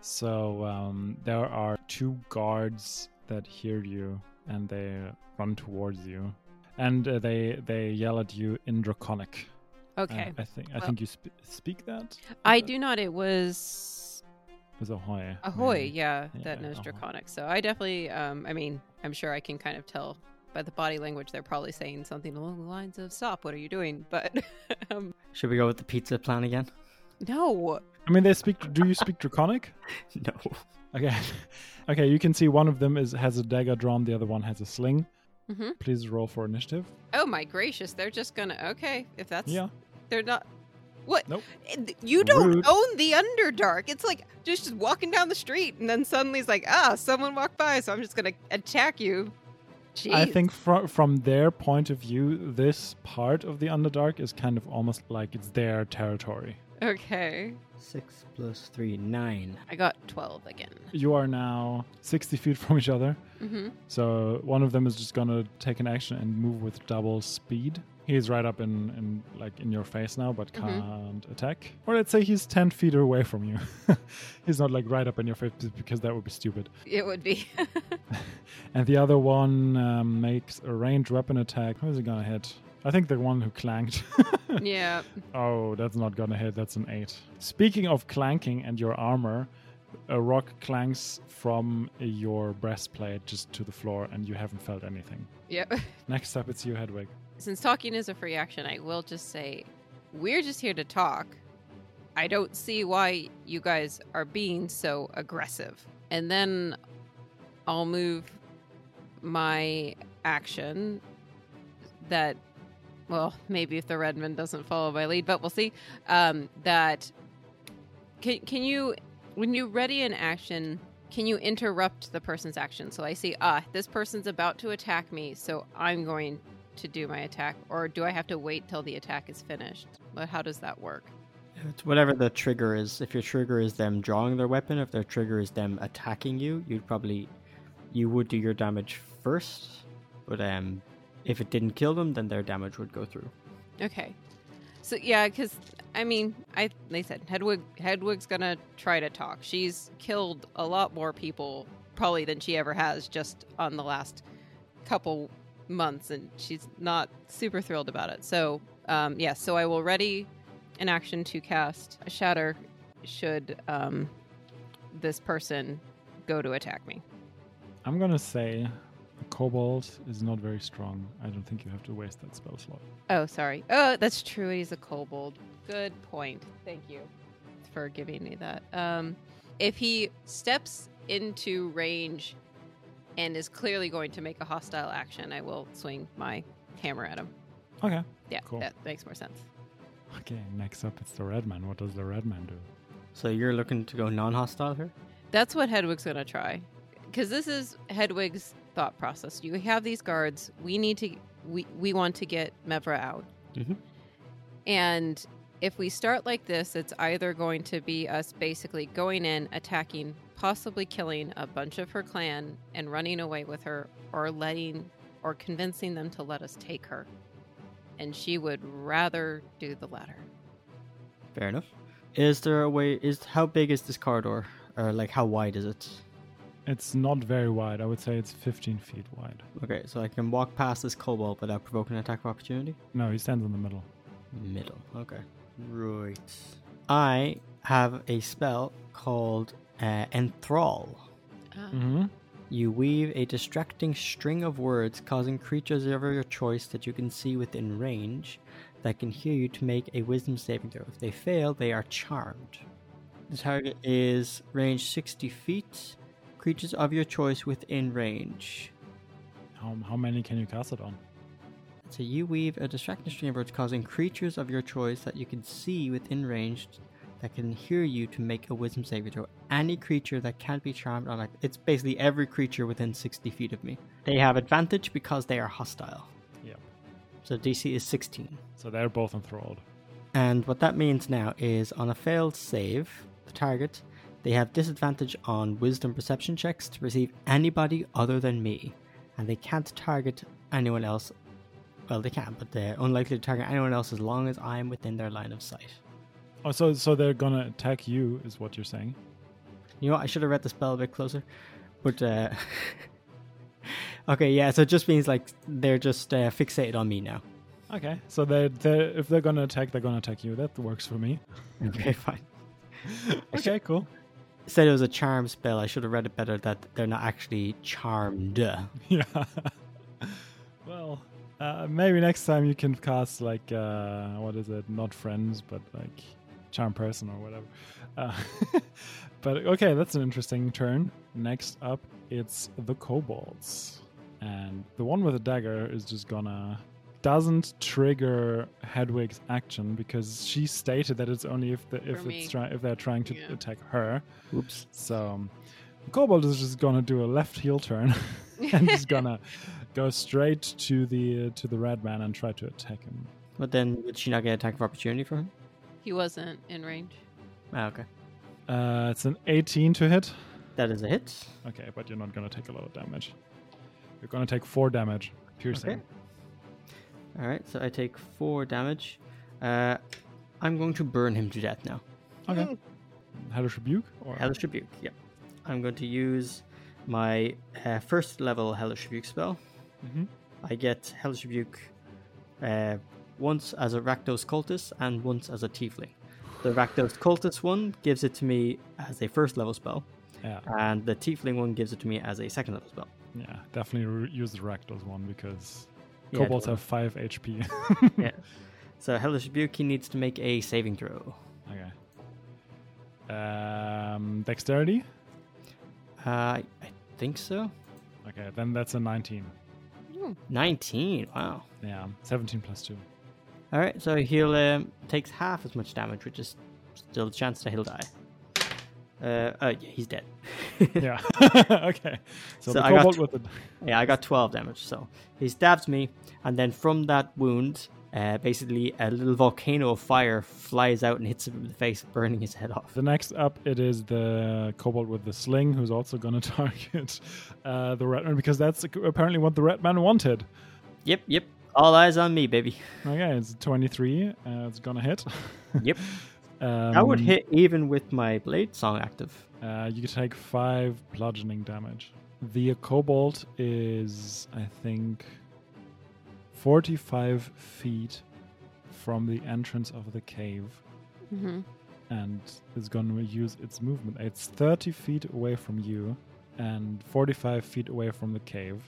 Speaker 1: So um, there are two guards that hear you and they run towards you, and uh, they they yell at you in draconic. Uh,
Speaker 2: Okay.
Speaker 1: I think I
Speaker 2: Well-
Speaker 1: think you sp- speak that.
Speaker 2: I do not. It was
Speaker 1: With ahoy.
Speaker 2: Ahoy,
Speaker 1: maybe.
Speaker 2: yeah,
Speaker 1: Yeah,
Speaker 2: that knows
Speaker 1: ahoy.
Speaker 2: Draconic. So I definitely, um, I mean, I'm sure I can kind of tell by the body language they're probably saying something along the lines of "Stop! What are you doing?" But um,
Speaker 4: Should we go with the pizza plan again?
Speaker 2: no,
Speaker 1: I mean, they speak. Do you speak draconic?
Speaker 4: No.
Speaker 1: Okay, okay. You can see one of them is has a dagger drawn. The other one has a sling.
Speaker 2: Mhm.
Speaker 1: Please roll for initiative.
Speaker 2: oh my gracious, they're just gonna okay. If that's
Speaker 1: Yeah.
Speaker 2: they're not. What?
Speaker 1: Nope.
Speaker 2: And You don't
Speaker 1: Rude.
Speaker 2: own the Underdark. It's like just, just walking down the street, and then suddenly it's like, ah, someone walked by, so I'm just gonna attack you. Jeez.
Speaker 1: I think fro- from their point of view, this part of the Underdark is kind of almost like it's their territory.
Speaker 2: Okay,
Speaker 4: 6 plus 3, 9.
Speaker 2: I got twelve again.
Speaker 1: You are now 60 feet from each other,
Speaker 2: Mm-hmm.
Speaker 1: so one of them is just gonna take an action and move with double speed. He's right up in, in like in your face now, but can't attack. Or let's say he's 10 feet away from you. he's not like right up in your face because that would be stupid.
Speaker 2: It would be.
Speaker 1: And the other one um, makes a ranged weapon attack. Who is he gonna hit? I think the one who clanked.
Speaker 2: yeah.
Speaker 1: Oh, that's not gonna hit. That's an eight. Speaking of clanking and your armor, a rock clanks from your breastplate just to the floor, and you haven't felt anything.
Speaker 2: Yep.
Speaker 1: Next up, it's you, Hedwig.
Speaker 2: Since talking is a free action, I will just say we're just here to talk. I don't see why you guys are being so aggressive. And then I'll move my action that, well, maybe if the Redman doesn't follow my lead, but we'll see. Um, that can, can you, when you ready an action, can you interrupt the person's action? So I see, ah, this person's about to attack me, so I'm going to do my attack, or do I have to wait till the attack is finished? But how does that work?
Speaker 4: It's whatever the trigger is. If your trigger is them drawing their weapon, if their trigger is them attacking you, you'd probably you would do your damage first. But um, if it didn't kill them, then their damage would go through.
Speaker 2: Okay, so yeah, because I mean, I they said Hedwig Hedwig's gonna try to talk. She's killed a lot more people probably than she ever has just on the last couple months, and she's not super thrilled about it. So um, yeah, so I will ready an action to cast Shatter should um, this person go to attack me.
Speaker 1: I'm gonna say the kobold is not very strong. I don't think you have to waste that spell slot.
Speaker 2: Oh, sorry. Oh, that's true. He's a kobold. Good point. Thank you for giving me that. Um, if he steps into range and is clearly going to make a hostile action, I will swing my hammer at him.
Speaker 1: Okay.
Speaker 2: Yeah,
Speaker 1: Cool.
Speaker 2: that makes more sense.
Speaker 1: Okay. Next up, it's the red man. What does the red man do?
Speaker 4: So you're looking to go non-hostile here.
Speaker 2: That's what Hedwig's going to try. Because this is Hedwig's thought process. You have these guards. We need to. We, we want to get Mevra out.
Speaker 4: Mhm.
Speaker 2: And if we start like this, it's either going to be us basically going in, attacking, possibly killing a bunch of her clan and running away with her, or letting or convincing them to let us take her. And she would rather do the latter.
Speaker 4: Fair enough. Is there a way? Is how big is this corridor, or like how wide is it?
Speaker 1: It's not very wide. I would say it's 15 feet wide.
Speaker 4: Okay, so I can walk past this kobold without provoking an attack of opportunity.
Speaker 1: No, he stands in the middle.
Speaker 4: Middle. Okay. Right. I have a spell called uh, Enthrall.
Speaker 2: Ah.
Speaker 1: Mm-hmm.
Speaker 4: You weave a distracting string of words, causing creatures of your choice that you can see within range that can hear you to make a wisdom saving throw. If they fail, they are charmed. The target is range 60 feet. Creatures of your choice within range.
Speaker 1: How, how many can you cast it on?
Speaker 4: So you weave a distraction chamber which causing creatures of your choice that you can see within range that can hear you to make a wisdom saving throw. Any creature that can't be charmed on a, it's basically every creature within 60 feet of me. They have advantage because they are hostile.
Speaker 1: Yep.
Speaker 4: So DC is 16.
Speaker 1: So they're both enthralled.
Speaker 4: And what that means now is on a failed save, the target, they have disadvantage on wisdom perception checks to receive anybody other than me. And they can't target anyone else. Well, they can, but they're unlikely to target anyone else as long as I'm within their line of sight.
Speaker 1: Oh, so so they're gonna attack you, is what you're saying?
Speaker 4: You know what? I should have read the spell a bit closer. But, uh. okay, yeah, so it just means like they're just uh, fixated on me now.
Speaker 1: Okay. So they they if they're gonna attack, they're gonna attack you. That works for me. Mm-hmm.
Speaker 4: Okay, fine.
Speaker 1: okay, cool.
Speaker 4: Said it was a charm spell. I should have read it better that they're not actually charmed.
Speaker 1: Yeah. well, uh, maybe next time you can cast like uh, what is it? Not friends, but like charm person or whatever. Uh, but okay, that's an interesting turn. Next up, it's the kobolds, and the one with the dagger is just gonna doesn't trigger Hedwig's action because she stated that it's only if the, if
Speaker 2: For me.
Speaker 1: it's try, if they're trying to
Speaker 2: Yeah.
Speaker 1: attack her.
Speaker 4: Oops.
Speaker 1: So um, Kobold is just gonna do a left heel turn and just gonna go straight to the to the red man and try to attack him.
Speaker 4: But then would she not get attack of opportunity from him?
Speaker 2: He wasn't in range.
Speaker 4: Ah, okay.
Speaker 1: Uh, it's an 18 to hit.
Speaker 4: That is a hit.
Speaker 1: Okay, but you're not gonna take a lot of damage. You're gonna take four damage piercing.
Speaker 4: Okay. Alright, so I take four damage. Uh, I'm going to burn him to death now.
Speaker 1: Okay.
Speaker 4: Mm.
Speaker 1: Hellish rebuke or
Speaker 4: Hellish Rebuke, yep. I'm going to use my uh, first level Hellish Rebuke spell.
Speaker 1: Mhm.
Speaker 4: I get Hellish Rebuke uh, once as a Rakdos Cultist and once as a Tiefling. The Rakdos Cultist one gives it to me as a first level spell,
Speaker 1: yeah,
Speaker 4: and the Tiefling one gives it to me as a second level spell.
Speaker 1: yeah, definitely re- use the Rakdos one because
Speaker 4: Yeah,
Speaker 1: kobolds
Speaker 4: totally.
Speaker 1: have five HP.
Speaker 4: yeah. So Hellish Rebuke, he needs to make a saving throw.
Speaker 1: okay. Um, dexterity.
Speaker 4: Uh, I I think so.
Speaker 1: Okay, then that's a 19.
Speaker 4: 19. Wow.
Speaker 1: Yeah, 17 plus two.
Speaker 4: All right, so he'll um, takes half as much damage, which is still a chance that he'll die. Uh, oh, yeah, he's dead.
Speaker 1: yeah. okay. So,
Speaker 4: So
Speaker 1: the
Speaker 4: I got
Speaker 1: kobold
Speaker 4: tw-
Speaker 1: with the
Speaker 4: yeah, I got 12 damage. So he stabs me, and then from that wound, uh, basically a little volcano of fire flies out and hits him in the face, burning his head off.
Speaker 1: the next up it is the kobold with the sling who's also going to target uh, the red man because that's apparently what the red man wanted.
Speaker 4: Yep, yep. All eyes on me, baby.
Speaker 1: Okay, it's 23. Uh, it's going to hit.
Speaker 4: Yep.
Speaker 1: um,
Speaker 4: I would hit even with my blade song active.
Speaker 1: Uh, you take five bludgeoning damage. The kobold is, I think, 45 feet from the entrance of the cave.
Speaker 2: Mm-hmm.
Speaker 1: and is going to use its movement. It's 30 feet away from you and 45 feet away from the cave,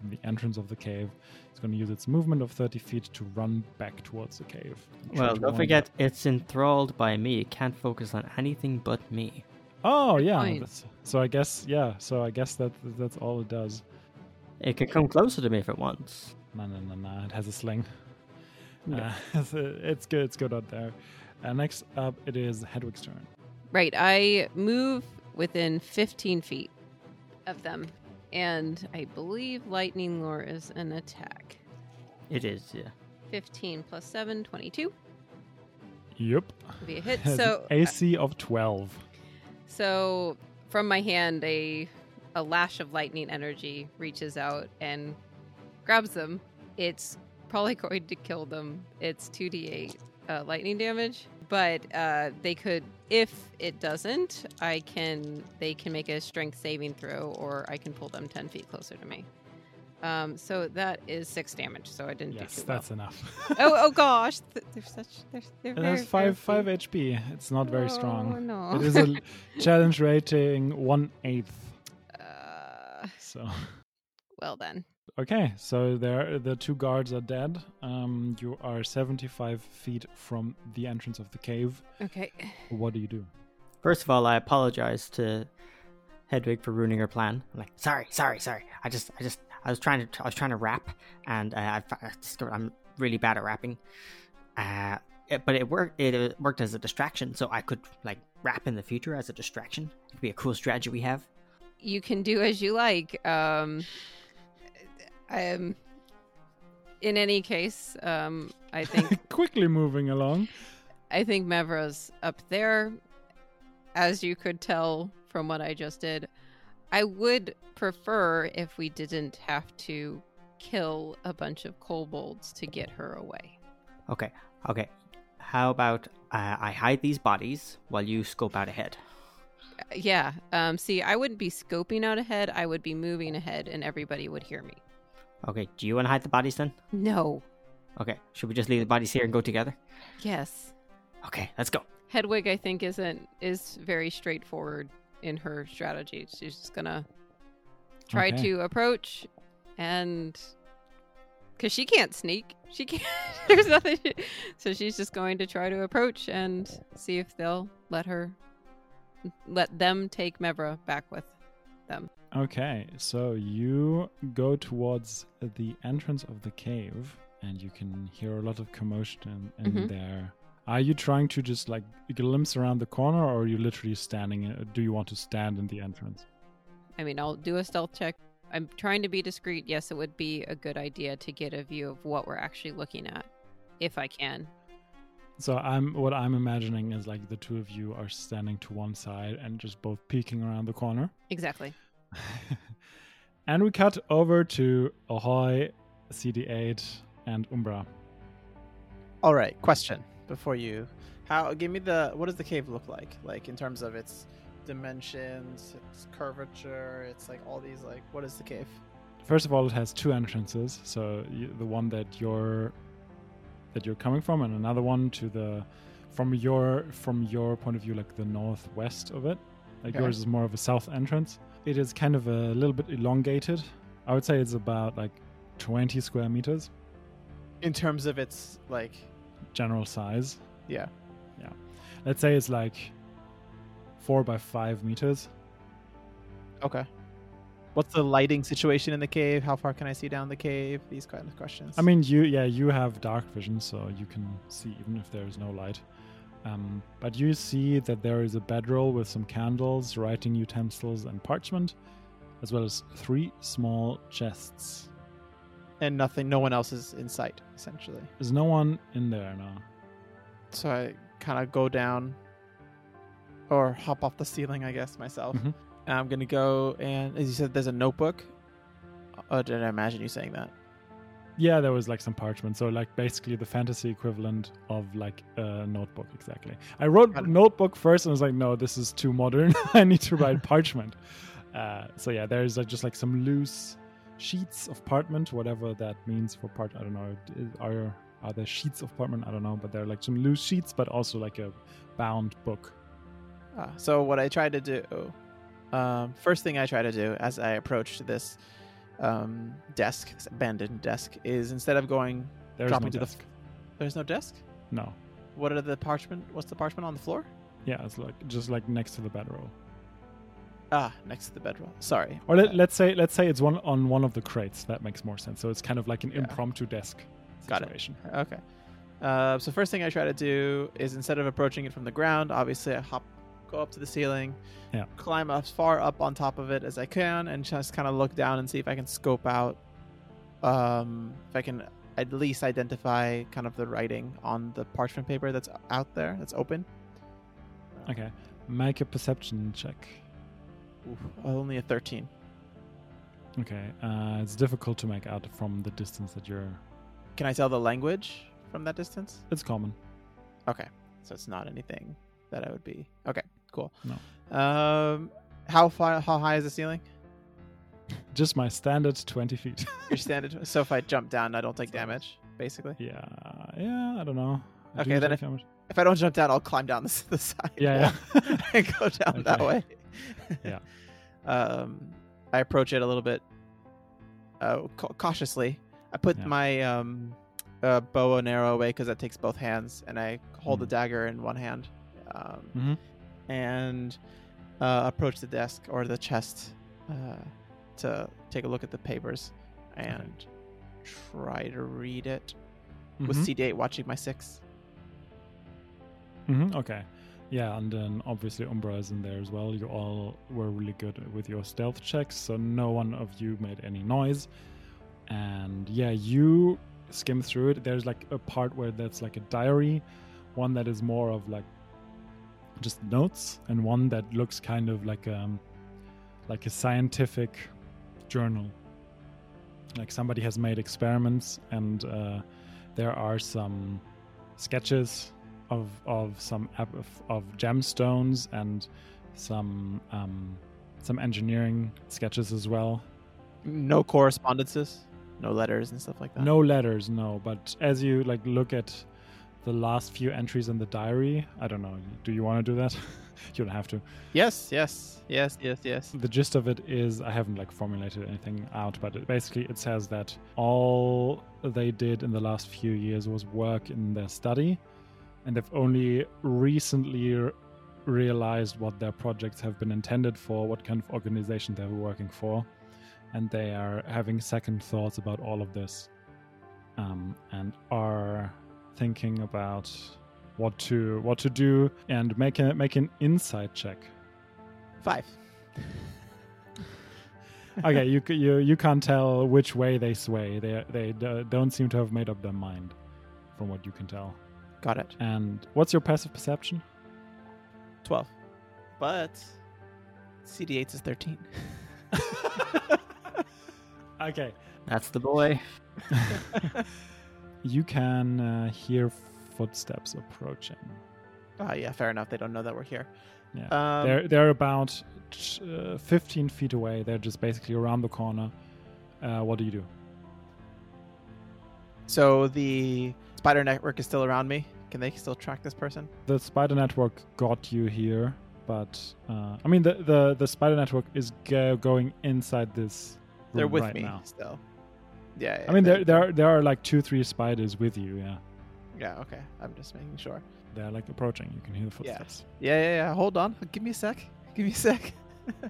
Speaker 1: from the entrance of the cave. It's going to use its movement of 30 feet to run back towards the cave. Try
Speaker 4: Well,
Speaker 1: to
Speaker 4: don't
Speaker 1: run-
Speaker 4: forget, it's enthralled by me. It can't focus on anything but me.
Speaker 1: Oh, yeah.
Speaker 2: Fine.
Speaker 1: that's- So I guess, yeah. So I guess that that's all it does.
Speaker 4: It can come closer to me if it wants.
Speaker 1: No, no, no, no. It has a sling.
Speaker 4: Yeah.
Speaker 1: Uh, so it's good. It's good out there. Uh, next up, it is Hedwig's turn.
Speaker 2: Right. I move within 15 feet of them. And I believe lightning lore is an attack.
Speaker 4: It is, yeah.
Speaker 2: 15 plus 7, 22
Speaker 1: Yep.
Speaker 2: would be a hit.
Speaker 1: Has an
Speaker 2: So,
Speaker 1: AC of 12.
Speaker 2: so from my hand, a, a lash of lightning energy reaches out and grabs them. It's probably going to kill them. It's 2d8 uh, lightning damage, but uh, they could, if it doesn't, I can, they can make a strength saving throw, or I can pull them 10 feet closer to me. Um, so that is six damage. So I didn't do
Speaker 1: Yes,
Speaker 2: too well.
Speaker 1: that's enough.
Speaker 2: oh, oh gosh, Th- they're such. They're, they're
Speaker 1: It
Speaker 2: very,
Speaker 1: has five
Speaker 2: very
Speaker 1: five HP. It's not very
Speaker 2: Oh,
Speaker 1: strong.
Speaker 2: no.
Speaker 1: It is a challenge rating one eighth.
Speaker 2: uh,
Speaker 1: So
Speaker 2: well then,
Speaker 1: Okay, so there the two guards are dead. Um, you are 75 feet from the entrance of the cave.
Speaker 2: Okay.
Speaker 1: What do you do?
Speaker 4: First of all, I apologize to Hedwig for ruining her plan. I'm like, sorry, sorry, sorry. I just, I just, I was trying to, I was trying to rap, and uh, I, fi- I discovered I'm really bad at rapping. Uh, it, but it worked. It uh, worked as a distraction, so I could like rap in the future as a distraction. It'd be a cool strategy we have.
Speaker 2: You can do as you like. Um, um, in any case, um, I think
Speaker 1: Quickly moving along.
Speaker 2: I think Mevra's up there. As you could tell from what I just did, I would prefer if we didn't have to kill a bunch of kobolds to get her away.
Speaker 4: Okay, okay. How about uh, I hide these bodies while you scope out ahead?
Speaker 2: Uh, Yeah. Um, see, I wouldn't be scoping out ahead. I would be moving ahead, and everybody would hear me.
Speaker 4: Okay. Do you want to hide the bodies then?
Speaker 2: No.
Speaker 4: Okay. Should we just leave the bodies here and go together?
Speaker 2: Yes.
Speaker 4: Okay. Let's go.
Speaker 2: Hedwig, I think, isn't is very straightforward in her strategy. She's just gonna try
Speaker 1: Okay.
Speaker 2: to approach and because she can't sneak, she can't. there's nothing, so she's just going to try to approach and see if they'll let her let them take Mevra back with.
Speaker 1: Okay, so you go towards the entrance of the cave, and you can hear a lot of commotion in, in
Speaker 2: Mhm.
Speaker 1: there. Are you trying to just like glimpse around the corner, or are you literally standing? in- Do you want to stand in the entrance?
Speaker 2: I mean, I'll do a stealth check. I'm trying to be discreet. Yes, it would be a good idea to get a view of what we're actually looking at, if I can.
Speaker 1: So I'm what I'm imagining is like the two of you are standing to one side and just both peeking around the corner.
Speaker 2: Exactly.
Speaker 1: and we cut over to Ahoy, CD8, and Umbra.
Speaker 3: All right, question before you. How? Give me the. What does the cave look like? Like in terms of its dimensions, its curvature. It's like all these. Like what is the cave?
Speaker 1: First of all, it has two entrances. So y- the one that you're that you're coming from, and another one to the from your from your point of view, like the northwest of it. Like
Speaker 3: Okay.
Speaker 1: yours is more of a south entrance. It is kind of a little bit elongated. I would say it's about like 20 square meters
Speaker 3: In terms of its like.
Speaker 1: general size.
Speaker 3: Yeah.
Speaker 1: Yeah. Let's say it's like four by five meters.
Speaker 3: Okay. What's the lighting situation in the cave? How far can I see down the cave? These kind of questions.
Speaker 1: I mean, you yeah, you have dark vision, so you can see even if there is no light. Um, but you see that there is a bedroll with some candles, writing utensils, and parchment, as well as three small chests.
Speaker 3: and nothing. No one else is in sight essentially.
Speaker 1: There's no one in there now.
Speaker 3: So I kind of go down or hop off the ceiling, I guess, myself.
Speaker 1: Mhm.
Speaker 3: And I'm going to go and, as you said, there's a notebook. Oh, did I imagine you saying that?
Speaker 1: Yeah, there was like some parchment, so like basically the fantasy equivalent of like a notebook, exactly. I wrote
Speaker 3: Got it.
Speaker 1: notebook first, and I was like, no, this is too modern. I need to write parchment. Uh, so yeah, there's like just like some loose sheets of parchment, whatever that means for part. I don't know. d- Are are there sheets of parchment? I don't know, but they're like some loose sheets, but also like a bound book.
Speaker 3: Ah, so what I tried to do, um, first thing I try to do as I approached this um, desk, this abandoned desk, is instead of going,
Speaker 1: There's
Speaker 3: Drop
Speaker 1: no
Speaker 3: into the
Speaker 1: desk.
Speaker 3: there's no desk.
Speaker 1: no.
Speaker 3: What are the parchment? What's the parchment on the floor?
Speaker 1: Yeah, it's like just like next to the bedroll.
Speaker 3: Ah, next to the bedroll. Sorry.
Speaker 1: Or let,
Speaker 3: Uh,
Speaker 1: let's say let's say it's one on one of the crates. That makes more sense. So it's kind of like an
Speaker 3: Yeah.
Speaker 1: impromptu desk
Speaker 3: Got it.
Speaker 1: situation.
Speaker 3: Okay. Uh, so first thing I try to do is instead of approaching it from the ground, obviously I hop, go up to the ceiling,
Speaker 1: Yeah.
Speaker 3: climb as far up on top of it as I can, and just kind of look down and see if I can scope out, um, if I can at least identify kind of the writing on the parchment paper that's out there, that's open.
Speaker 1: Okay, make a perception check.
Speaker 3: Oof, only a thirteen.
Speaker 1: Okay, uh, it's difficult to make out from the distance that you're.
Speaker 3: Can I tell the language from that distance?
Speaker 1: It's common.
Speaker 3: Okay. So it's not anything that I would be. Okay. Cool.
Speaker 1: No.
Speaker 3: Um, how far? How high is the ceiling?
Speaker 1: Just my standard twenty feet.
Speaker 3: Your standard. so if I jump down, I don't take damage, basically.
Speaker 1: yeah, yeah. I don't know. Do
Speaker 3: Okay,
Speaker 1: you
Speaker 3: then
Speaker 1: take damage?
Speaker 3: If I don't jump down, I'll climb down the, s- the side.
Speaker 1: Yeah,
Speaker 3: wall and go down that
Speaker 1: Okay.
Speaker 3: way.
Speaker 1: Yeah.
Speaker 3: Um, I approach it a little bit uh, cau- cautiously. I put
Speaker 1: Yeah.
Speaker 3: my um, uh, bow and arrow away because that takes both hands, and I hold the
Speaker 1: Mhm.
Speaker 3: dagger in one hand, um,
Speaker 1: Mhm.
Speaker 3: and uh, approach the desk or the chest uh, to take a look at the papers and try to read it. With
Speaker 1: Mhm.
Speaker 3: CD8 watching my six.
Speaker 1: hmm Okay. Yeah, and then obviously Umbra is in there as well. You all were really good with your stealth checks, so no one of you made any noise. And yeah, you skim through it. There's like a part where that's like a diary, one that is more of like just notes, and one that looks kind of like um like a scientific journal. Like somebody has made experiments, and uh, there are some sketches of of some ap- of, of gemstones and some um, some engineering sketches as well.
Speaker 3: No correspondences, no letters and stuff like that.
Speaker 1: No letters, no. But as you like look at the last few entries in the diary, I don't know. Do you want to do that? you don't have to.
Speaker 3: Yes, yes, yes, yes, yes.
Speaker 1: The gist of it is I haven't like formulated anything out, but it, basically it says that all they did in the last few years was work in their study, and they've only recently r- realized what their projects have been intended for, what kind of organization they were working for, and they are having second thoughts about all of this, um, and are thinking about what to what to do and make a make an insight check
Speaker 3: Five.
Speaker 1: okay, you c- you you can't tell which way they sway. They they d- don't seem to have made up their mind, from what you can tell.
Speaker 3: Got it.
Speaker 1: And what's your passive perception?
Speaker 3: 12. But CD8 is 13.
Speaker 1: Okay,
Speaker 5: That's the boy.
Speaker 1: you can uh, hear footsteps approaching.
Speaker 3: Ah, yeah, fair enough. They don't know that we're here.
Speaker 1: Yeah,
Speaker 3: Um,
Speaker 1: they're they're about uh, fifteen feet away. They're just basically around the corner. Uh, what do you do?
Speaker 3: So the spider network is still around me. Can they still track this person?
Speaker 1: the spider network got you here but uh, i mean the, the the spider network is go- going inside this room
Speaker 3: They're with
Speaker 1: right
Speaker 3: me
Speaker 1: now
Speaker 3: still. Yeah.
Speaker 1: i mean
Speaker 3: yeah,
Speaker 1: there, there are- there are like two three spiders with you yeah
Speaker 3: Yeah. Okay. I'm just making sure.
Speaker 1: they're like approaching you can hear the footsteps
Speaker 3: Yeah. Yeah. Yeah. Hold on. Give me a sec. Give me a sec. uh,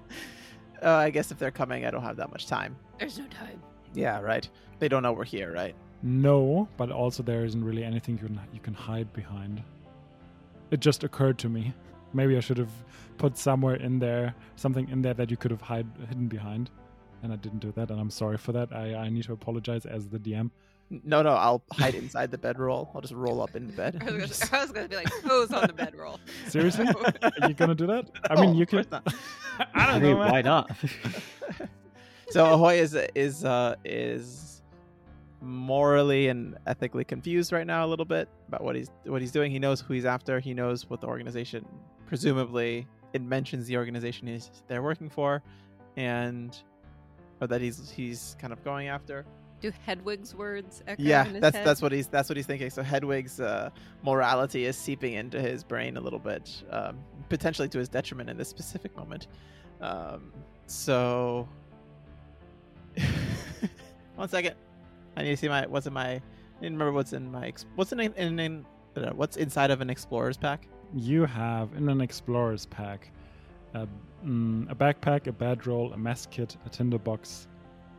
Speaker 3: I guess if they're coming, I don't have that much time.
Speaker 2: There's no time.
Speaker 3: Yeah. Right. They don't know we're here, right?
Speaker 1: no but also there isn't really anything you can, you can hide behind it just occurred to me maybe i should have put somewhere in there something in there that you could have hide, hidden behind and i didn't do that and i'm sorry for that i, I need to apologize as the dm
Speaker 3: No. No. I'll hide inside the bedroll. I'll just roll up in the bed.
Speaker 2: I was, gonna, I was gonna be like pose on the bedroll.
Speaker 1: seriously Are you gonna do that? I mean,
Speaker 3: No,
Speaker 1: you
Speaker 3: of
Speaker 1: can.
Speaker 3: course not.
Speaker 1: I don't
Speaker 4: I
Speaker 1: know.
Speaker 4: mean,
Speaker 1: man.
Speaker 4: why not?
Speaker 3: So Ahoy is is uh, is morally and ethically confused right now a little bit about what he's what he's doing. He knows who he's after. He knows what the organization presumably it mentions the organization he's they're working for, and or that he's he's kind of going after.
Speaker 2: Do Hedwig's words echo
Speaker 3: yeah,
Speaker 2: in his
Speaker 3: that's
Speaker 2: head?
Speaker 3: that's what he's that's what he's thinking. So Hedwig's uh, morality is seeping into his brain a little bit, um, potentially to his detriment in this specific moment. Um, so, one second, I need to see my what's in my. I need to remember what's in my ex- what's in in, in, in uh, what's inside of an explorer's pack.
Speaker 1: You have in an explorer's pack a, mm, a backpack, a bedroll, a mess kit, a tinderbox,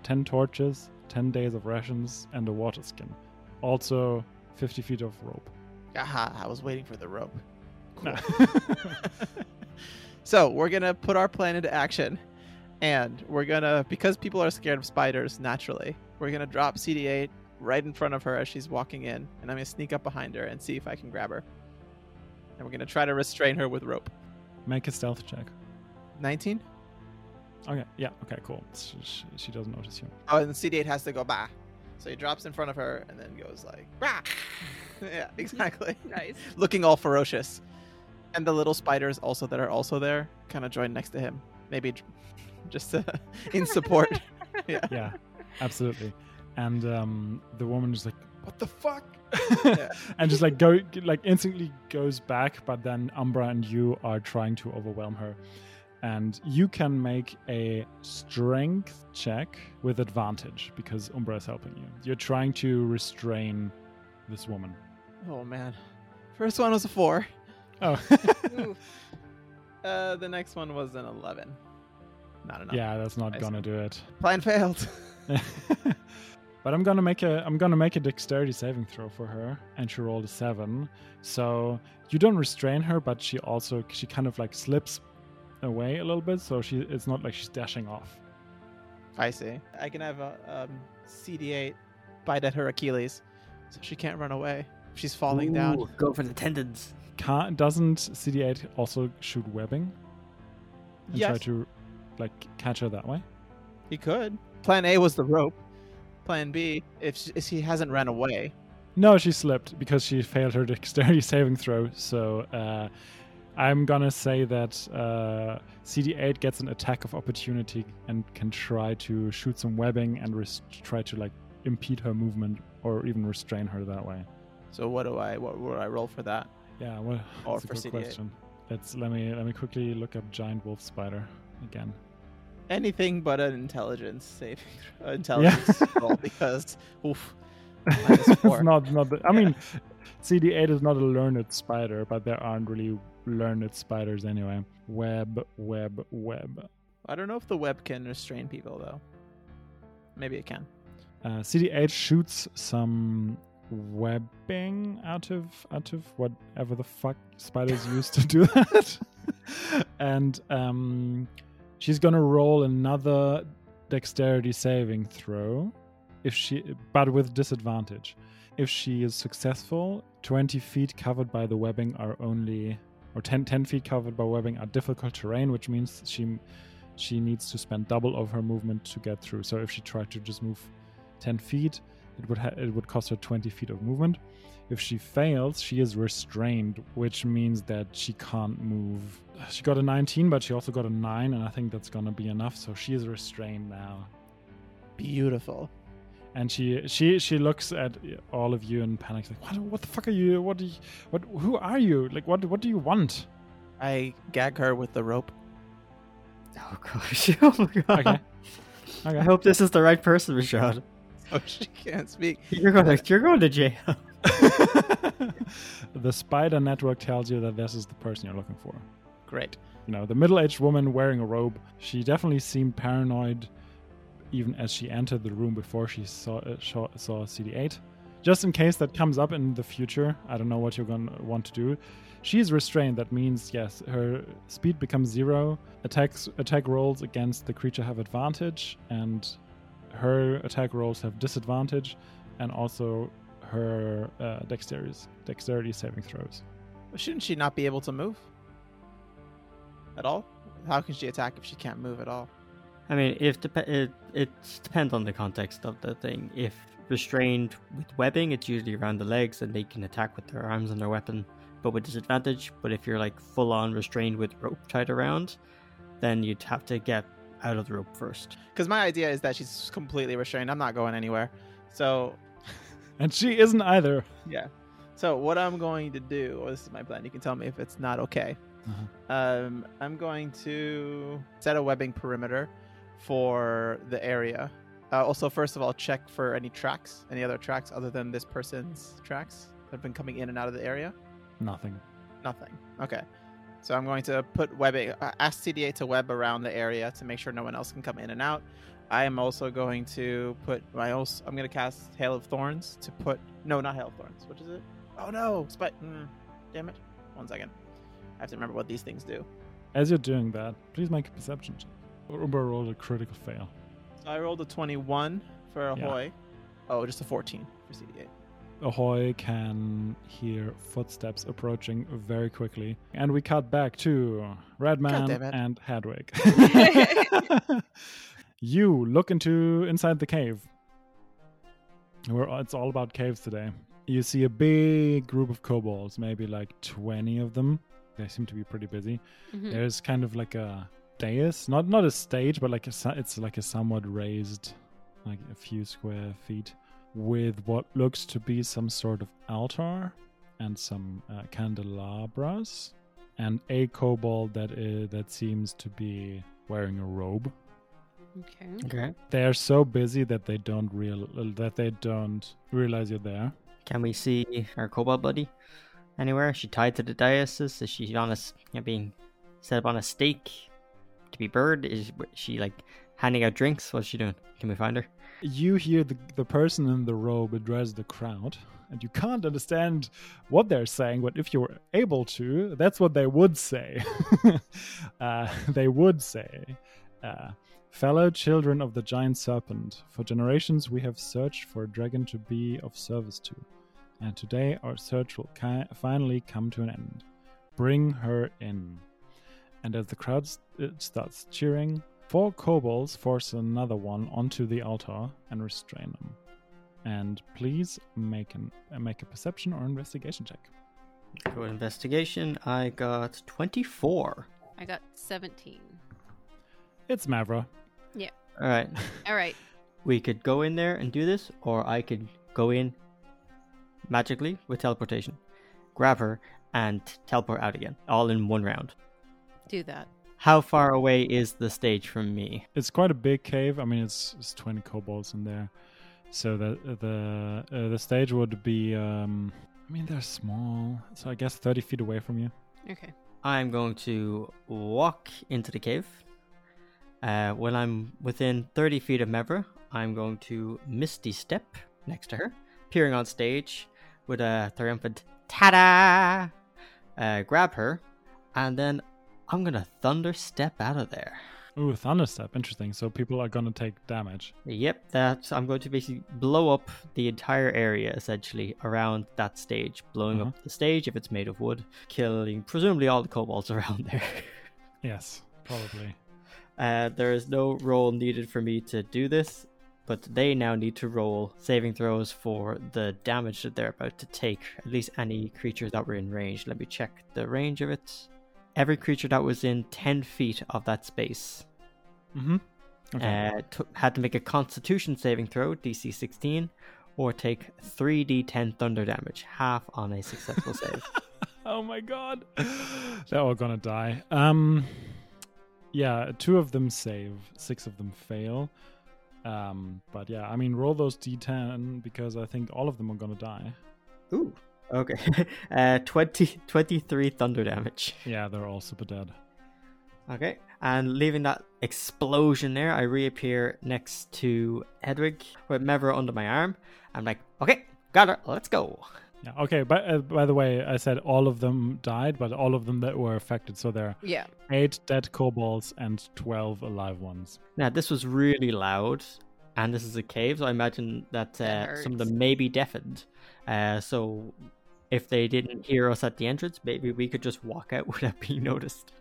Speaker 1: 10 torches, 10 days of rations, and a water skin. Also, 50 feet of rope.
Speaker 3: Aha! I was waiting for the rope.
Speaker 1: No.
Speaker 3: so we're gonna put our plan into action, and we're gonna because people are scared of spiders naturally, we're gonna drop CD8 right in front of her as she's walking in, and I'm gonna sneak up behind her and see if I can grab her. And we're gonna try to restrain her with rope.
Speaker 1: Make a stealth check.
Speaker 3: 19.
Speaker 1: Okay, yeah, okay, cool. She, she, she doesn't notice you.
Speaker 3: Oh, and CD8 has to go bah. So he drops in front of her and then goes like, bah. yeah, exactly.
Speaker 2: nice.
Speaker 3: looking all ferocious. And the little spiders also that are also there kind of join next to him. Maybe j- just uh, in support. yeah.
Speaker 1: Yeah, absolutely. And um, the woman is like, what the fuck?
Speaker 3: Yeah.
Speaker 1: and just like go like instantly goes back but then umbra and you are trying to overwhelm her And you can make a strength check with advantage because Umbra is helping you. You're trying to restrain this woman.
Speaker 3: Oh man. First one was a four.
Speaker 1: Oh,
Speaker 2: Ooh.
Speaker 3: Uh, the next one was an eleven. Not enough.
Speaker 1: yeah, that's not
Speaker 3: I
Speaker 1: gonna do it.
Speaker 3: Plan failed.
Speaker 1: but I'm gonna make a I'm gonna make a dexterity saving throw for her, and she rolled a seven. So you don't restrain her, but she also she kind of like slips away a little bit. So she it's not like she's dashing off.
Speaker 3: I see. I can have a um, CD8 bite at her Achilles, so she can't run away. She's falling down.
Speaker 4: Ooh, Go for the tendons.
Speaker 1: Can't, doesn't CD8 also shoot webbing and try
Speaker 3: Yes,
Speaker 1: to like catch her that way?
Speaker 3: he could. Plan A was the rope. Plan B, if, sh if he hasn't ran away,
Speaker 1: No, she slipped because she failed her dexterity saving throw. So uh, I'm gonna say that uh, CD8 gets an attack of opportunity and can try to shoot some webbing and rest- try to like impede her movement or even restrain her that way.
Speaker 3: so what do I what would I roll for that?
Speaker 1: Yeah, well,
Speaker 3: Or
Speaker 1: that's a
Speaker 3: for
Speaker 1: good
Speaker 3: CD8.
Speaker 1: question. Let's let me let me quickly look up giant wolf spider again.
Speaker 3: Anything but an intelligence saving uh, intelligence roll because oof. Minus
Speaker 1: it's
Speaker 3: four.
Speaker 1: not, not the, I mean, CD8 is not a learned spider, but there aren't really learned spiders anyway. Web, web, web.
Speaker 3: I don't know if the web can restrain people though. Maybe it can.
Speaker 1: Uh, CD8 shoots some webbing out of out of whatever the fuck spiders use to do that, and um, she's gonna roll another dexterity saving throw. If she, but with disadvantage. If she is successful, 20 feet covered by the webbing are only, or 10, 10 feet covered by webbing are difficult terrain, which means she she needs to spend double of her movement to get through. So if she tried to just move 10 feet, it would ha- it would cost her 20 feet of movement. If she fails, she is restrained, which means that she can't move. She got a 19, but she also got a 9, and I think that's gonna be enough. So she is restrained now,
Speaker 3: Beautiful.
Speaker 1: and she she she looks at all of you and panics like, "What? What the fuck are you? What? Do you, what? Who are you? Like, what? What do you want?"
Speaker 3: I gag her with the rope.
Speaker 4: Oh gosh. Oh my god.
Speaker 1: Okay. Okay.
Speaker 4: I hope this is the right person, Rashad.
Speaker 3: Oh, she can't speak.
Speaker 4: You're going to, you're going to jail.
Speaker 1: the spider network tells you that this is the person you're looking for.
Speaker 3: Great.
Speaker 1: You know, the middle aged woman wearing a robe, she definitely seemed paranoid even as she entered the room before she saw, uh, saw, saw CD8. Just in case that comes up in the future, I don't know what you're going to want to do. She's restrained. That means, yes, her speed becomes zero. Attacks, attack rolls against the creature have advantage, and her attack rolls have disadvantage, and also her uh, dexterity, dexterity saving throws.
Speaker 3: Shouldn't she not be able to move? At all? How can she attack if she can't move at all?
Speaker 4: I mean, if depe- it, it depends on the context of the thing. If restrained with webbing, it's usually around the legs and they can attack with their arms and their weapon, but with disadvantage. But if you're like full on restrained with rope tied around, then you'd have to get out of the rope first.
Speaker 3: Because my idea is that she's completely restrained. I'm not going anywhere. So
Speaker 1: And she isn't either.
Speaker 3: yeah. So what I'm going to do, or this is my plan. You can tell me if it's not okay. Um, I'm going to set a webbing perimeter for the area. Uh, also, first of all, check for any tracks, any other tracks other than this person's tracks that have been coming in and out of the area.
Speaker 1: Nothing.
Speaker 3: Nothing. Okay. So I'm going to put webbing, uh, ask CDA to web around the area to make sure no one else can come in and out. I am also going to put my also, I'm going to cast Hail of Thorns to put no, not Hail of Thorns. What is it? Oh no, Spite. Mm, damn it. One second. I have to remember what these things do.
Speaker 1: As you're doing that, please make a perception check. Uber rolled a critical fail.
Speaker 3: So I rolled a 21 for
Speaker 1: Yeah.
Speaker 3: Ahoy. Oh, just a 14 for CD8.
Speaker 1: Ahoy can hear footsteps approaching very quickly. And we cut back to
Speaker 3: God
Speaker 1: Redman
Speaker 3: damn it.
Speaker 1: and Hadwig. you look into inside the cave. We're, it's all about caves today. You see a big group of kobolds, maybe like 20 of them. They seem to be pretty busy.
Speaker 2: Mhm.
Speaker 1: There's kind of like a dais, not not a stage, but like a, so- it's like a somewhat raised, like a few square feet, with what looks to be some sort of altar and some uh, candelabras and a kobold that is, that seems to be wearing a robe.
Speaker 2: Okay.
Speaker 4: Okay.
Speaker 1: They are so busy that they don't real that they don't realize you're there.
Speaker 4: Can we see our cobalt buddy anywhere? Is she tied to the diocese? Is she on a s- you know, being set up on a stake to be burned? Is she like handing out drinks? What's she doing? Can we find her?
Speaker 1: You hear the, the person in the robe address the crowd, and you can't understand what they're saying, but if you were able to, that's what they would say. uh, they would say, uh, Fellow children of the giant serpent, for generations we have searched for a dragon to be of service to, and today our search will ki- finally come to an end. Bring her in. And as the crowd s- it starts cheering, Four kobolds force another one onto the altar and restrain them. And please make an uh, make a perception or investigation check.
Speaker 4: Good investigation. I got twenty-four.
Speaker 2: I got 17.
Speaker 1: It's Mavra.
Speaker 4: All right.
Speaker 2: All right.
Speaker 4: We could go in there and do this, or I could go in magically with teleportation, grab her, and teleport out again, all in one round.
Speaker 2: Do that.
Speaker 4: How far away is the stage from me?
Speaker 1: It's quite a big cave. I mean, it's, it's twenty kobolds in there, so the the uh, the stage would be. Um, I mean, they're small, so I guess thirty feet away from you.
Speaker 2: Okay.
Speaker 4: I'm going to walk into the cave. Uh, when I'm within 30 feet of Mevra, I'm going to Misty Step next to her, appearing on stage with a triumphant ta da! Uh, grab her, and then I'm going to Thunder Step out of there.
Speaker 1: Ooh, thunderstep. Interesting. So people are gonna take damage.
Speaker 4: Yep, that's. I'm going to basically blow up the entire area essentially around that stage, blowing up the stage if it's made of wood, killing presumably all the kobolds around there.
Speaker 1: Yes, probably.
Speaker 4: Uh, there is no roll needed for me to do this, but they now need to roll saving throws for the damage that they're about to take. At least any creatures that were in range. Let me check the range of it. Every creature that was in 10 feet of that space
Speaker 1: Mm-hmm. Okay.
Speaker 4: uh, t- had to make a constitution saving throw, DC 16, or take 3d10 thunder damage, half on a successful save.
Speaker 1: Oh my god. They're all gonna die. Um Yeah, two of them save, six of them fail. Um but yeah, I mean roll those D ten because I think all of them are gonna die.
Speaker 4: Ooh. Okay. Uh, 20, 23 thunder damage.
Speaker 1: Yeah, they're all super dead.
Speaker 4: Okay. And leaving that explosion there, I reappear next to Hedwig with Mevra under my arm. I'm like, okay, got her, let's go.
Speaker 1: Yeah. Okay. By uh, by the way, I said all of them died, but all of them that were affected. So there are
Speaker 2: Yeah.
Speaker 1: eight dead kobolds and twelve alive ones.
Speaker 4: Now, this was really loud, and this is a cave, so I imagine that,
Speaker 2: That
Speaker 4: uh, some of
Speaker 2: hurts.
Speaker 4: them may be deafened. Uh, so if they didn't hear us at the entrance, maybe we could just walk out without being noticed.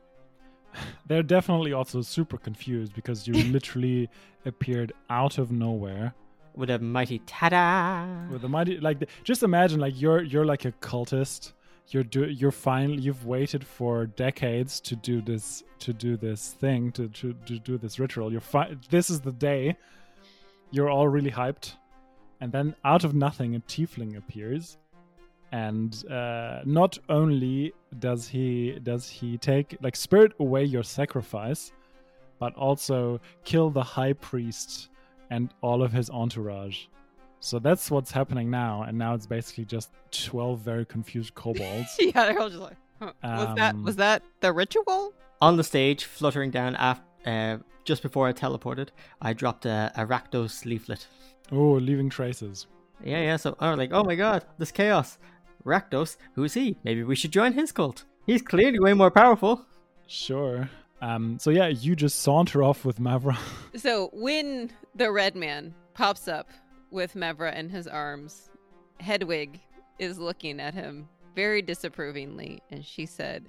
Speaker 1: They're definitely also super confused because you literally appeared out of nowhere.
Speaker 4: With a mighty ta da!
Speaker 1: with the mighty like the, just imagine like you're you're like a cultist you're do you're finally you've waited for decades to do this to do this thing to to, to do this ritual you're fi- this is the day you're all really hyped and then out of nothing a tiefling appears and uh, not only does he does he take like spirit away your sacrifice but also kill the high priest and all of his entourage so that's what's happening now, and now it's basically just twelve very confused kobolds.
Speaker 2: yeah, they're all just like, huh. was that
Speaker 1: Um,
Speaker 2: was that the ritual?
Speaker 4: On the stage, fluttering down af- uh, just before I teleported, I dropped a Arachdos leaflet.
Speaker 1: oh, leaving traces.
Speaker 4: Yeah, yeah. So I was like, oh my god, this chaos. Rakdos, who's he? Maybe we should join his cult. He's clearly way more powerful.
Speaker 1: Sure. Um. So yeah, you just saunter off with Mavra.
Speaker 2: So when the red man pops up with Mevra in his arms, Hedwig is looking at him very disapprovingly, and she said,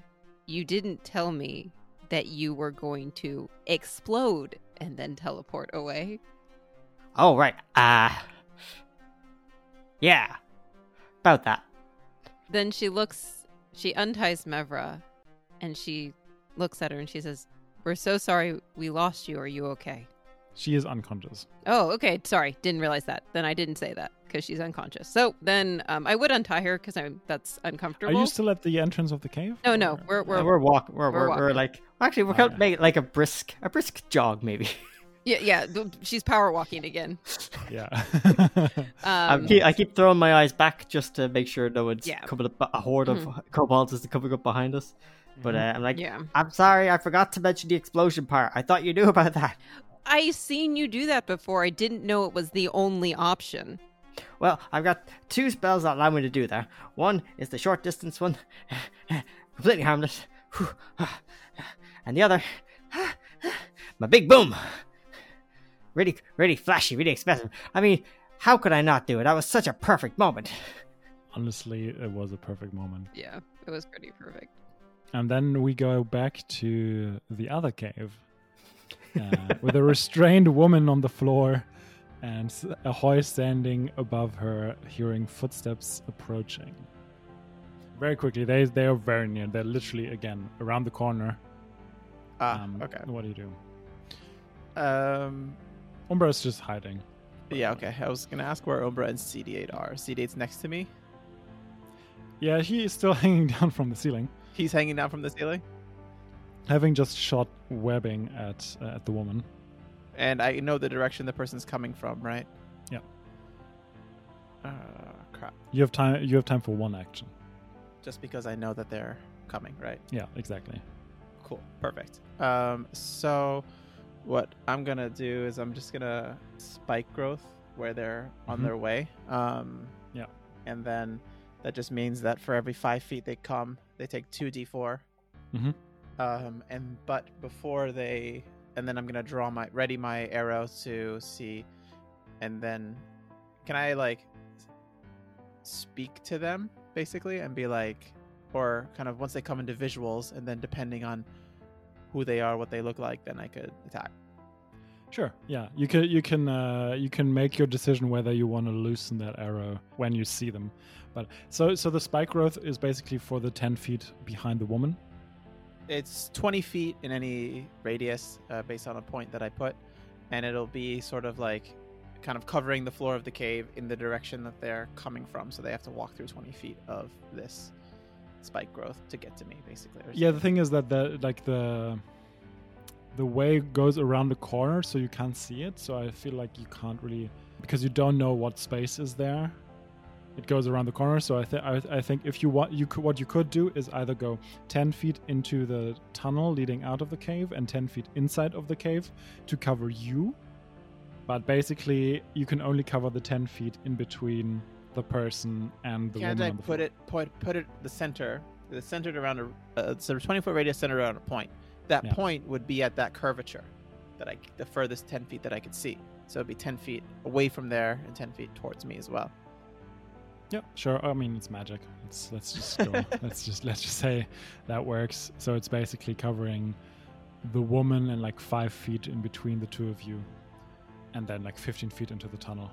Speaker 2: "You didn't tell me that you were going to explode and then teleport away."
Speaker 4: Oh right. Ah. yeah. About that.
Speaker 2: Then she looks, she unties Mevra and she looks at her and she says, We're so sorry we lost you. Are you okay?
Speaker 1: She is unconscious.
Speaker 2: Oh, okay. Sorry, didn't realize that. Then I didn't say that because she's unconscious. So then um, I would untie her because I'm that's uncomfortable.
Speaker 1: Are you still at the entrance of the cave?
Speaker 2: No, no,
Speaker 1: Or-
Speaker 2: we're
Speaker 4: Uh,
Speaker 2: we're,
Speaker 4: we're walk. We're
Speaker 2: we're
Speaker 4: we're, we're,
Speaker 2: walking.
Speaker 4: like actually we're
Speaker 1: Oh,
Speaker 4: gonna
Speaker 1: yeah.
Speaker 4: make it like a brisk a brisk jog maybe.
Speaker 2: yeah yeah. th- She's power walking again.
Speaker 1: yeah.
Speaker 2: Um,
Speaker 4: I keep I keep throwing my eyes back just to make sure no one's
Speaker 2: Yeah. Mm-hmm.
Speaker 4: coming up. A horde of kobolds is coming up behind us. But uh, I'm like,
Speaker 2: yeah,
Speaker 4: I'm sorry, I forgot to mention the explosion part. I thought you knew about that.
Speaker 2: I seen you do that before. I didn't know it was the only option.
Speaker 4: Well, I've got two spells that allow me to do that. One is the short distance one, completely harmless, and the other, my big boom. Really, really flashy, really expressive. I mean, how could I not do it? That was such a perfect moment.
Speaker 1: Honestly, it was a perfect moment.
Speaker 2: Yeah, it was pretty perfect.
Speaker 1: And then we go back to the other cave uh, with a restrained woman on the floor and s- a hoy standing above her, hearing footsteps approaching. Very quickly, they they are very near. They're literally again around the corner. Um,
Speaker 3: Ah, okay.
Speaker 1: What do you do?
Speaker 3: Um,
Speaker 1: Umbra is just hiding.
Speaker 3: yeah, okay. I was gonna ask where Umbra and CD8 are. CD8's next to me.
Speaker 1: Yeah, he is still hanging down from the ceiling,
Speaker 3: He's hanging down from the ceiling,
Speaker 1: having just shot webbing at uh, at the woman.
Speaker 3: and I know the direction the person's coming from, right?
Speaker 1: Yeah.
Speaker 3: Uh, crap.
Speaker 1: You have time. You have time for one action.
Speaker 3: Just because I know that they're coming, right?
Speaker 1: Yeah, exactly.
Speaker 3: Cool. Perfect. Um, so what I'm gonna do is I'm just gonna spike growth where they're on
Speaker 1: Mhm.
Speaker 3: their way. Um,
Speaker 1: Yeah.
Speaker 3: And then that just means that for every five feet they come, they take two d4.
Speaker 1: Mhm.
Speaker 3: Um, and but before they, and then I'm gonna draw my ready my arrow to see, and then can I like speak to them basically and be like, or kind of once they come into visuals, and then depending on who they are, what they look like, then I could attack.
Speaker 1: Sure. Yeah, you can you can uh, you can make your decision whether you want to loosen that arrow when you see them. But so so the spike growth is basically for the ten feet behind the woman.
Speaker 3: It's 20 feet in any radius uh, based on a point that I put, and it'll be sort of like kind of covering the floor of the cave in the direction that they're coming from. So they have to walk through 20 feet of this spike growth to get to me, basically. or
Speaker 1: Yeah, the
Speaker 3: something.
Speaker 1: thing is that the like the the way goes around the corner, so you can't see it. So I feel like you can't really because you don't know what space is there. It goes around the corner, so I think I I think if you want you could what you could do is either go ten feet into the tunnel leading out of the cave and ten feet inside of the cave to cover you. But basically, you can only cover the ten feet in between the person and the
Speaker 3: Can
Speaker 1: woman.
Speaker 3: I
Speaker 1: on the
Speaker 3: put
Speaker 1: floor.
Speaker 3: it put put it the center, the centered around a uh, so 20 foot radius centered around a point. That
Speaker 1: Yeah.
Speaker 3: point would be at that curvature, that I the furthest 10 feet that I could see. So it'd be 10 feet away from there and 10 feet towards me as well.
Speaker 1: Yeah, sure. Oh, I mean, it's magic. Let's let's just go. let's just let's just say that works. So it's basically covering the woman and like five feet in between the two of you, and then like fifteen feet into the tunnel.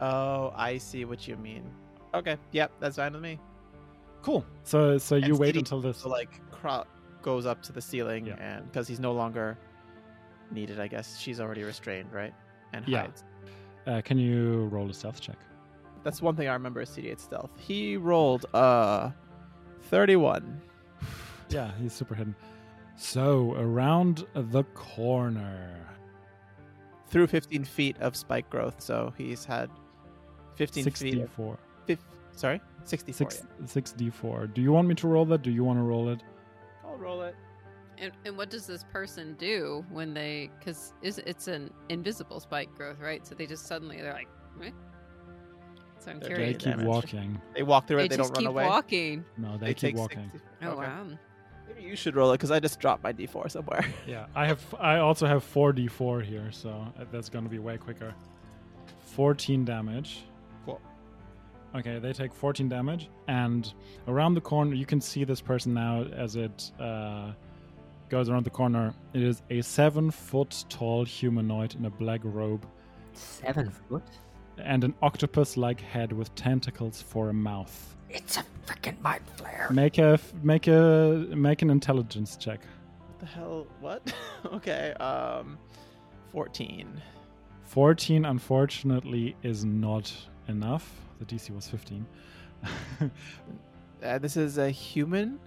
Speaker 3: Oh, I see what you mean. Okay, yep, that's fine with me.
Speaker 1: Cool. So so you
Speaker 3: And
Speaker 1: wait
Speaker 3: CD
Speaker 1: until this.
Speaker 3: So like Krop goes up to the ceiling
Speaker 1: Yeah.
Speaker 3: and because he's no longer needed, I guess she's already restrained, right? And
Speaker 1: Yeah.
Speaker 3: hides.
Speaker 1: Uh, can you roll a stealth check?
Speaker 3: That's one thing I remember is CD8 stealth. He rolled uh 31.
Speaker 1: Yeah, he's super hidden. So around the corner,
Speaker 3: through 15 feet of spike growth. So he's had 15 feet. Of
Speaker 1: sixty-four.
Speaker 3: fif- sorry, 64.
Speaker 1: Six
Speaker 3: yeah.
Speaker 1: six d four. Do you want me to roll that? Do you want to roll it?
Speaker 3: I'll roll it.
Speaker 2: And, and what does this person do when they? Because is it's an invisible spike growth, right? So they just suddenly they're like, eh? so I'm
Speaker 3: They're
Speaker 1: They
Speaker 2: curious.
Speaker 3: Period
Speaker 1: keep
Speaker 3: damage.
Speaker 1: walking.
Speaker 3: They walk through
Speaker 2: They
Speaker 3: it. They
Speaker 2: just
Speaker 3: don't run
Speaker 2: keep
Speaker 3: away.
Speaker 2: walking.
Speaker 1: No, they,
Speaker 3: They,
Speaker 1: keep
Speaker 3: take
Speaker 1: walking.
Speaker 3: 60
Speaker 2: Oh
Speaker 3: okay.
Speaker 2: wow!
Speaker 3: Maybe you should roll it because I just dropped my d4 somewhere.
Speaker 1: Yeah, I have. I also have four d4 here, so that's going to be way quicker. Fourteen damage.
Speaker 3: Cool.
Speaker 1: Okay, they take fourteen damage, and around the corner, you can see this person now as it uh, goes around the corner. It is a seven-foot-tall humanoid in a black robe
Speaker 4: Seven foot?
Speaker 1: and an octopus-like head with tentacles for a mouth.
Speaker 4: It's a freaking mind flare.
Speaker 1: Make a make a make an intelligence check.
Speaker 3: What the hell? What? okay. Um, 14.
Speaker 1: 14 unfortunately is not enough. The DC was 15.
Speaker 3: Uh, this is a human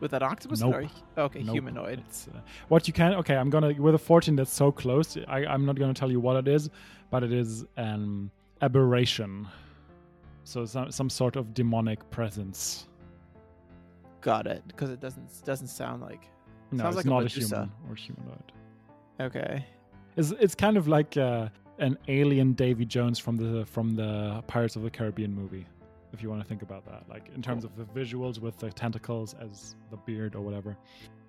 Speaker 3: with an octopus?
Speaker 1: Nope.
Speaker 3: Or a- okay,
Speaker 1: Nope.
Speaker 3: humanoid.
Speaker 1: It's, uh, what you can okay, I'm gonna with a 14 that's so close. I, I'm not gonna tell you what it is, but it is an aberration. So some some sort of demonic presence.
Speaker 3: Got it. Because it doesn't doesn't sound like.
Speaker 1: No, it's
Speaker 3: Sounds like a
Speaker 1: not a
Speaker 3: Medusa.
Speaker 1: human or humanoid.
Speaker 3: Okay.
Speaker 1: It's it's kind of like uh, an alien Davy Jones from the from the Pirates of the Caribbean movie, if you want to think about that. Like in terms of the visuals with the tentacles as the beard or whatever.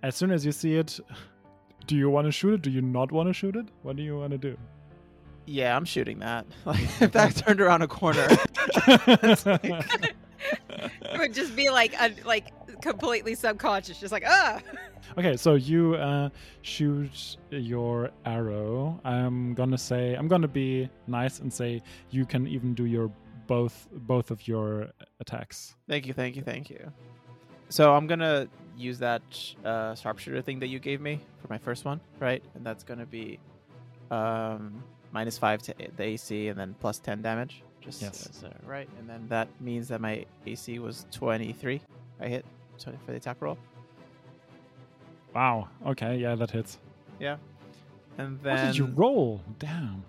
Speaker 1: As soon as you see it, do you want to shoot it? Do you not want to shoot it? What do you want to do?
Speaker 3: Yeah, I'm shooting that. Like if that turned around a corner,
Speaker 2: It would just be like un- like completely subconscious, just like ah.
Speaker 1: okay, so you uh, shoot your arrow. I'm gonna say I'm gonna be nice and say you can even do your both both of your attacks.
Speaker 3: thank you, thank you, thank you. So I'm gonna use that uh, sharpshooter thing that you gave me for my first one, right? And that's gonna be um, minus five to a- the AC, and then plus ten damage. Just
Speaker 1: Yes.
Speaker 3: so- so- right, and then that means that my AC was 23. I hit 20 for the attack roll,
Speaker 1: Wow. Okay. Yeah, that hits.
Speaker 3: and
Speaker 1: What
Speaker 3: then
Speaker 1: did you roll? Damn.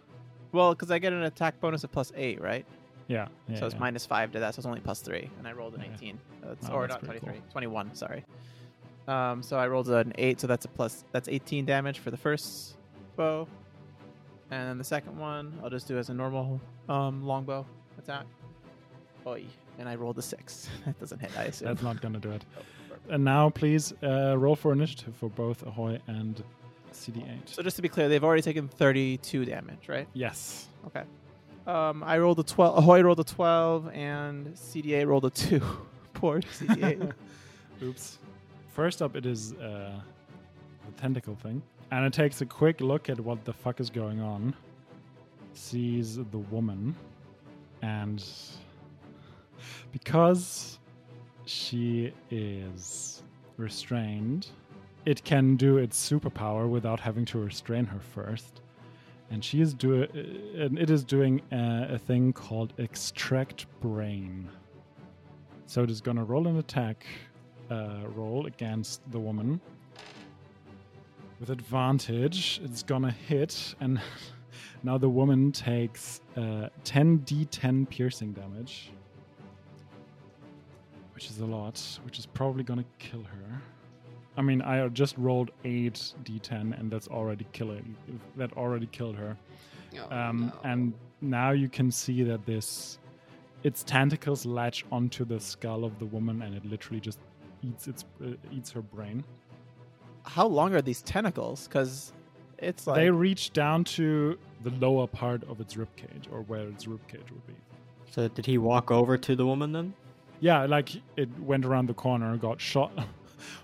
Speaker 3: well, because I get an attack bonus of plus eight, right?
Speaker 1: Yeah. yeah,
Speaker 3: so it's
Speaker 1: yeah.
Speaker 3: minus five to that, so it's only plus three, and I rolled an
Speaker 1: Yeah.
Speaker 3: 18. So That's,
Speaker 1: Wow,
Speaker 3: or
Speaker 1: that's
Speaker 3: not
Speaker 1: pretty
Speaker 3: 23, 21, sorry. Um, so I rolled an eight, so that's a plus, that's 18 damage for the first bow. And then the second one, I'll just do as a normal um, longbow attack. Oi. And I rolled a six. That doesn't hit, I assume.
Speaker 1: That's not gonna do it.
Speaker 3: Oh, perfect.
Speaker 1: And now, please uh, roll for initiative for both Ahoy and CD8.
Speaker 3: so just to be clear, they've already taken 32 damage, right?
Speaker 1: yes.
Speaker 3: Okay. Um, I rolled a 12, Ahoy rolled a 12, and CDA rolled a two. Poor CDA.
Speaker 1: Oops. First up, it is uh, the tentacle thing, and it takes a quick look at what the fuck is going on. Sees the woman, and because she is restrained, it can do its superpower without having to restrain her first. And she is do uh, and it is doing uh, a, a thing called extract brain. So it is going to roll an attack uh, roll against the woman. With advantage, it's gonna hit, and now the woman takes uh, 10d10 piercing damage, which is a lot, which is probably gonna kill her. I mean, I just rolled 8d10, and that's already killing. That already killed her
Speaker 2: Oh,
Speaker 3: Oh,
Speaker 1: um, and now you can see that this its tentacles latch onto the skull of the woman and it literally just eats its uh, eats her brain
Speaker 3: how long are these tentacles? Because it's like
Speaker 1: they reach down to the lower part of its ribcage or where its ribcage would be
Speaker 4: So did he walk over to the woman then?
Speaker 1: yeah like it went around the corner got shot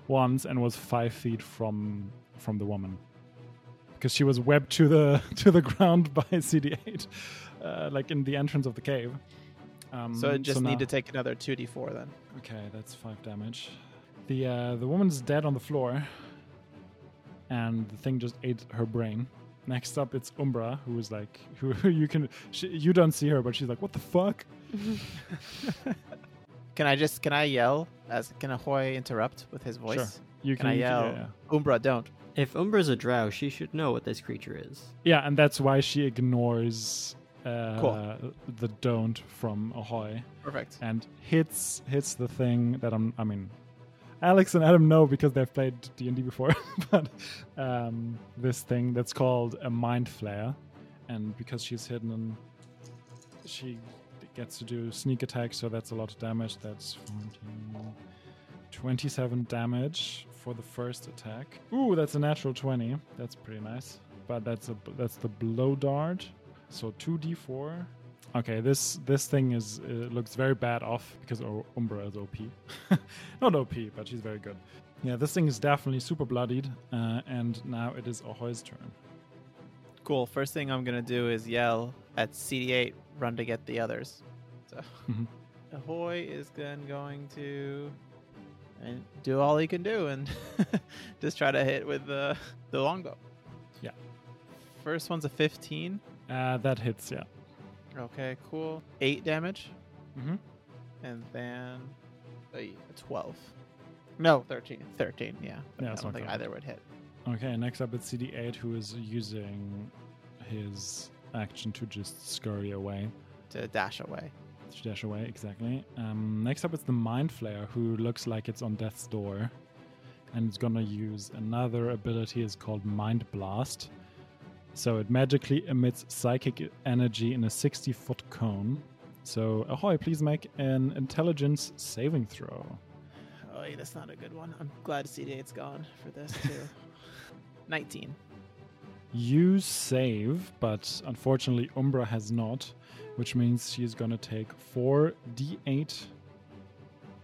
Speaker 1: once and was five feet from from the woman because she was webbed to the to the ground by cd8 uh, like in the entrance of the cave um,
Speaker 3: so. It just
Speaker 1: now-
Speaker 3: need to take another two d four then.
Speaker 1: Okay, that's five damage. The uh, the woman's dead on the floor, and the thing just ate her brain. Next up, it's Umbra, who is like, who you can, she, you don't see her, but she's like, what the fuck?
Speaker 3: Can I just can I yell as can Ahoy interrupt with his voice?
Speaker 1: You
Speaker 3: Can I
Speaker 1: you
Speaker 3: yell?
Speaker 1: yeah,
Speaker 3: Umbra, don't.
Speaker 4: If Umbra's a drow, she should know what this creature is.
Speaker 1: yeah. Yeah, and that's why she ignores uh,
Speaker 3: Cool.
Speaker 1: the don't from Ahoy
Speaker 3: Perfect.
Speaker 1: and hits hits the thing that I'm. I mean, Alex and Adam know because they've played D and D before, but um, this thing that's called a mind flare, and because she's hidden, she gets to do sneak attack, so that's a lot of damage. That's 14, 27 damage for the first attack. Ooh, that's a natural 20. That's pretty nice. But that's a that's the blow dart. So 2d4. Okay, this this thing is uh, looks very bad off because O- Umbra is OP. Not OP, but she's very good. Yeah, this thing is definitely super bloodied, uh, and now it is Ahoy's turn.
Speaker 3: Cool. First thing I'm gonna do is yell at CD8, run to get the others. So
Speaker 1: Mhm.
Speaker 3: Ahoy is then going to and do all he can do and just try to hit with the the longbow.
Speaker 1: Yeah.
Speaker 3: first one's a 15.
Speaker 1: Uh, that hits, yeah.
Speaker 3: Okay, cool. 8 damage.
Speaker 1: Mm-hmm.
Speaker 3: And then a 12. No, 13. 13, yeah.
Speaker 1: Yeah,
Speaker 3: I
Speaker 1: that's
Speaker 3: don't
Speaker 1: not
Speaker 3: think
Speaker 1: bad.
Speaker 3: either would hit.
Speaker 1: Okay, next up it's CD8, who is using his action to just scurry away,
Speaker 3: To dash away.
Speaker 1: to dash away, exactly. Um, next up it's the Mind Flayer, who looks like it's on death's door, and it's gonna use another ability. It's called Mind Blast. So it magically emits psychic energy in a 60 foot cone. So, ahoy, please make an intelligence saving throw.
Speaker 3: Oh, yeah, that's not a good one. I'm glad CD8's gone for this, too. 19.
Speaker 1: You save, but unfortunately Umbra has not, which means she's gonna take 4d8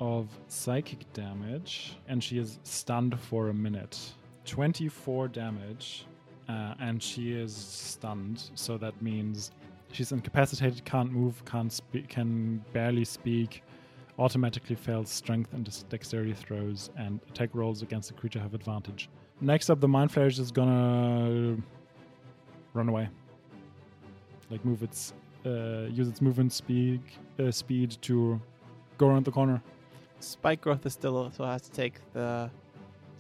Speaker 1: of psychic damage, and she is stunned for a minute. 24 damage, uh, and she is stunned, so that means she's incapacitated, can't move, can't speak, can barely speak, automatically fails strength and dis- dexterity throws, and attack rolls against the creature have advantage. Next up, the Mind Flayer is just gonna run away. Like move its, uh, use its movement speed uh, speed to go around the corner.
Speaker 3: Spike growth is still, so has to take the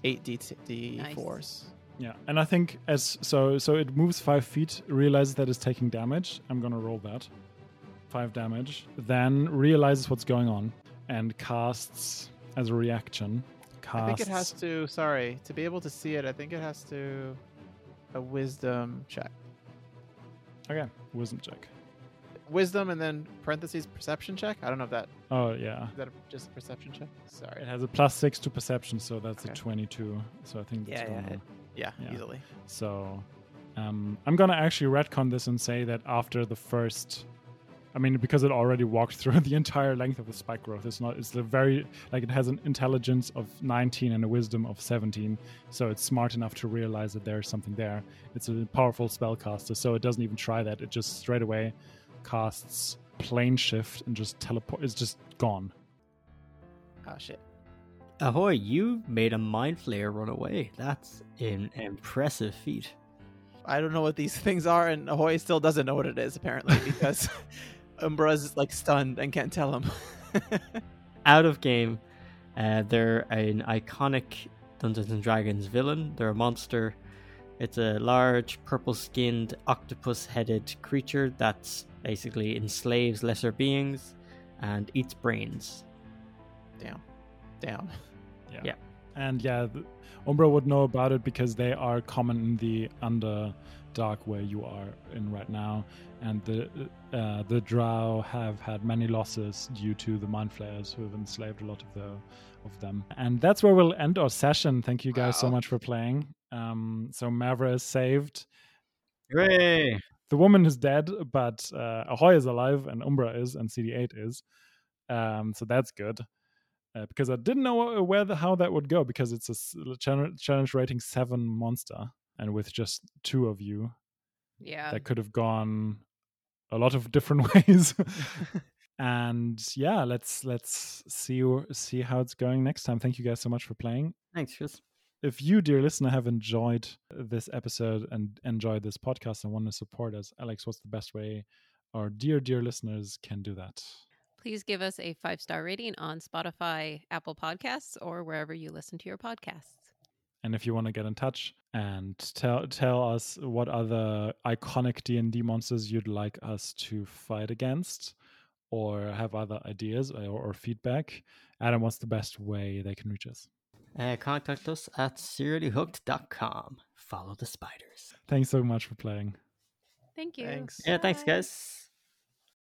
Speaker 3: 8 D- D4s.
Speaker 1: Yeah, and I think as so so it moves five feet, realizes that it's taking damage. I'm gonna roll that, five damage. Then realizes what's going on and casts as a reaction. Casts
Speaker 3: I think it has to. Sorry, to be able to see it, I think it has to a wisdom check.
Speaker 1: okay wisdom check.
Speaker 3: Wisdom and then parentheses perception check. I don't know if that
Speaker 1: Oh yeah,
Speaker 3: is that a, just a perception check. Sorry.
Speaker 1: it has a plus six to perception, so that's a
Speaker 3: Okay.
Speaker 1: twenty-two. So I think that's
Speaker 3: Yeah,
Speaker 1: going
Speaker 3: yeah,
Speaker 1: on.
Speaker 3: it- Yeah,
Speaker 1: Yeah.
Speaker 3: easily.
Speaker 1: So um, I'm going to actually retcon this and say that after the first. I mean, because it already walked through the entire length of the spike growth, it's not, it's a very, like, it has an intelligence of 19 and a wisdom of 17. So it's smart enough to realize that there's something there. It's a powerful spellcaster, so it doesn't even try that. It just straight away casts plane shift and just teleport. It's just gone.
Speaker 3: Oh shit.
Speaker 4: Ahoy, you made a mind flayer run away. That's an impressive feat.
Speaker 3: I don't know what these things are, and Ahoy still doesn't know what it is apparently because Umbra's like stunned and can't tell him.
Speaker 4: Out of game, uh, they're an iconic Dungeons and Dragons villain. They're a monster. It's a large, purple skinned, octopus headed creature that basically enslaves lesser beings and eats brains.
Speaker 3: Damn. Damn.
Speaker 1: And yeah, th- Umbra would know about it because they are common in the Underdark where you are in right now. And the uh, the Drow have had many losses due to the Mind Flayers who have enslaved a lot of the of them. And that's where we'll end our session. Thank you guys so
Speaker 3: Wow.
Speaker 1: much for playing. Um, so Mavra is saved.
Speaker 4: Hooray!
Speaker 1: The woman is dead, but uh, Ahoy is alive, and Umbra is, and CD8 is. Um, so that's good. Uh, because I didn't know where the, how that would go, because it's a s- challenge challenge rating 7 monster. And with just two of you,
Speaker 2: Yeah.
Speaker 1: that could have gone a lot of different ways. and yeah, let's let's see wh- see how it's going next time. Thank you guys so much for playing
Speaker 4: Thanks, Chris.
Speaker 1: if you, dear listener, have enjoyed this episode and enjoyed this podcast and want to support us, Alex, what's the best way our dear, dear listeners can do that?
Speaker 2: Please give us a five star rating on Spotify, Apple Podcasts, or wherever you listen to your podcasts.
Speaker 1: And if you want to get in touch and tell tell us what other iconic D and D monsters you'd like us to fight against, or have other ideas or, or feedback, Adam, what's the best way they can reach us?
Speaker 4: Uh, contact us at seriallyhooked.com. Follow the spiders.
Speaker 1: Thanks so much for playing.
Speaker 2: Thank you.
Speaker 3: Thanks.
Speaker 4: Yeah, thanks,
Speaker 2: Bye.
Speaker 4: guys.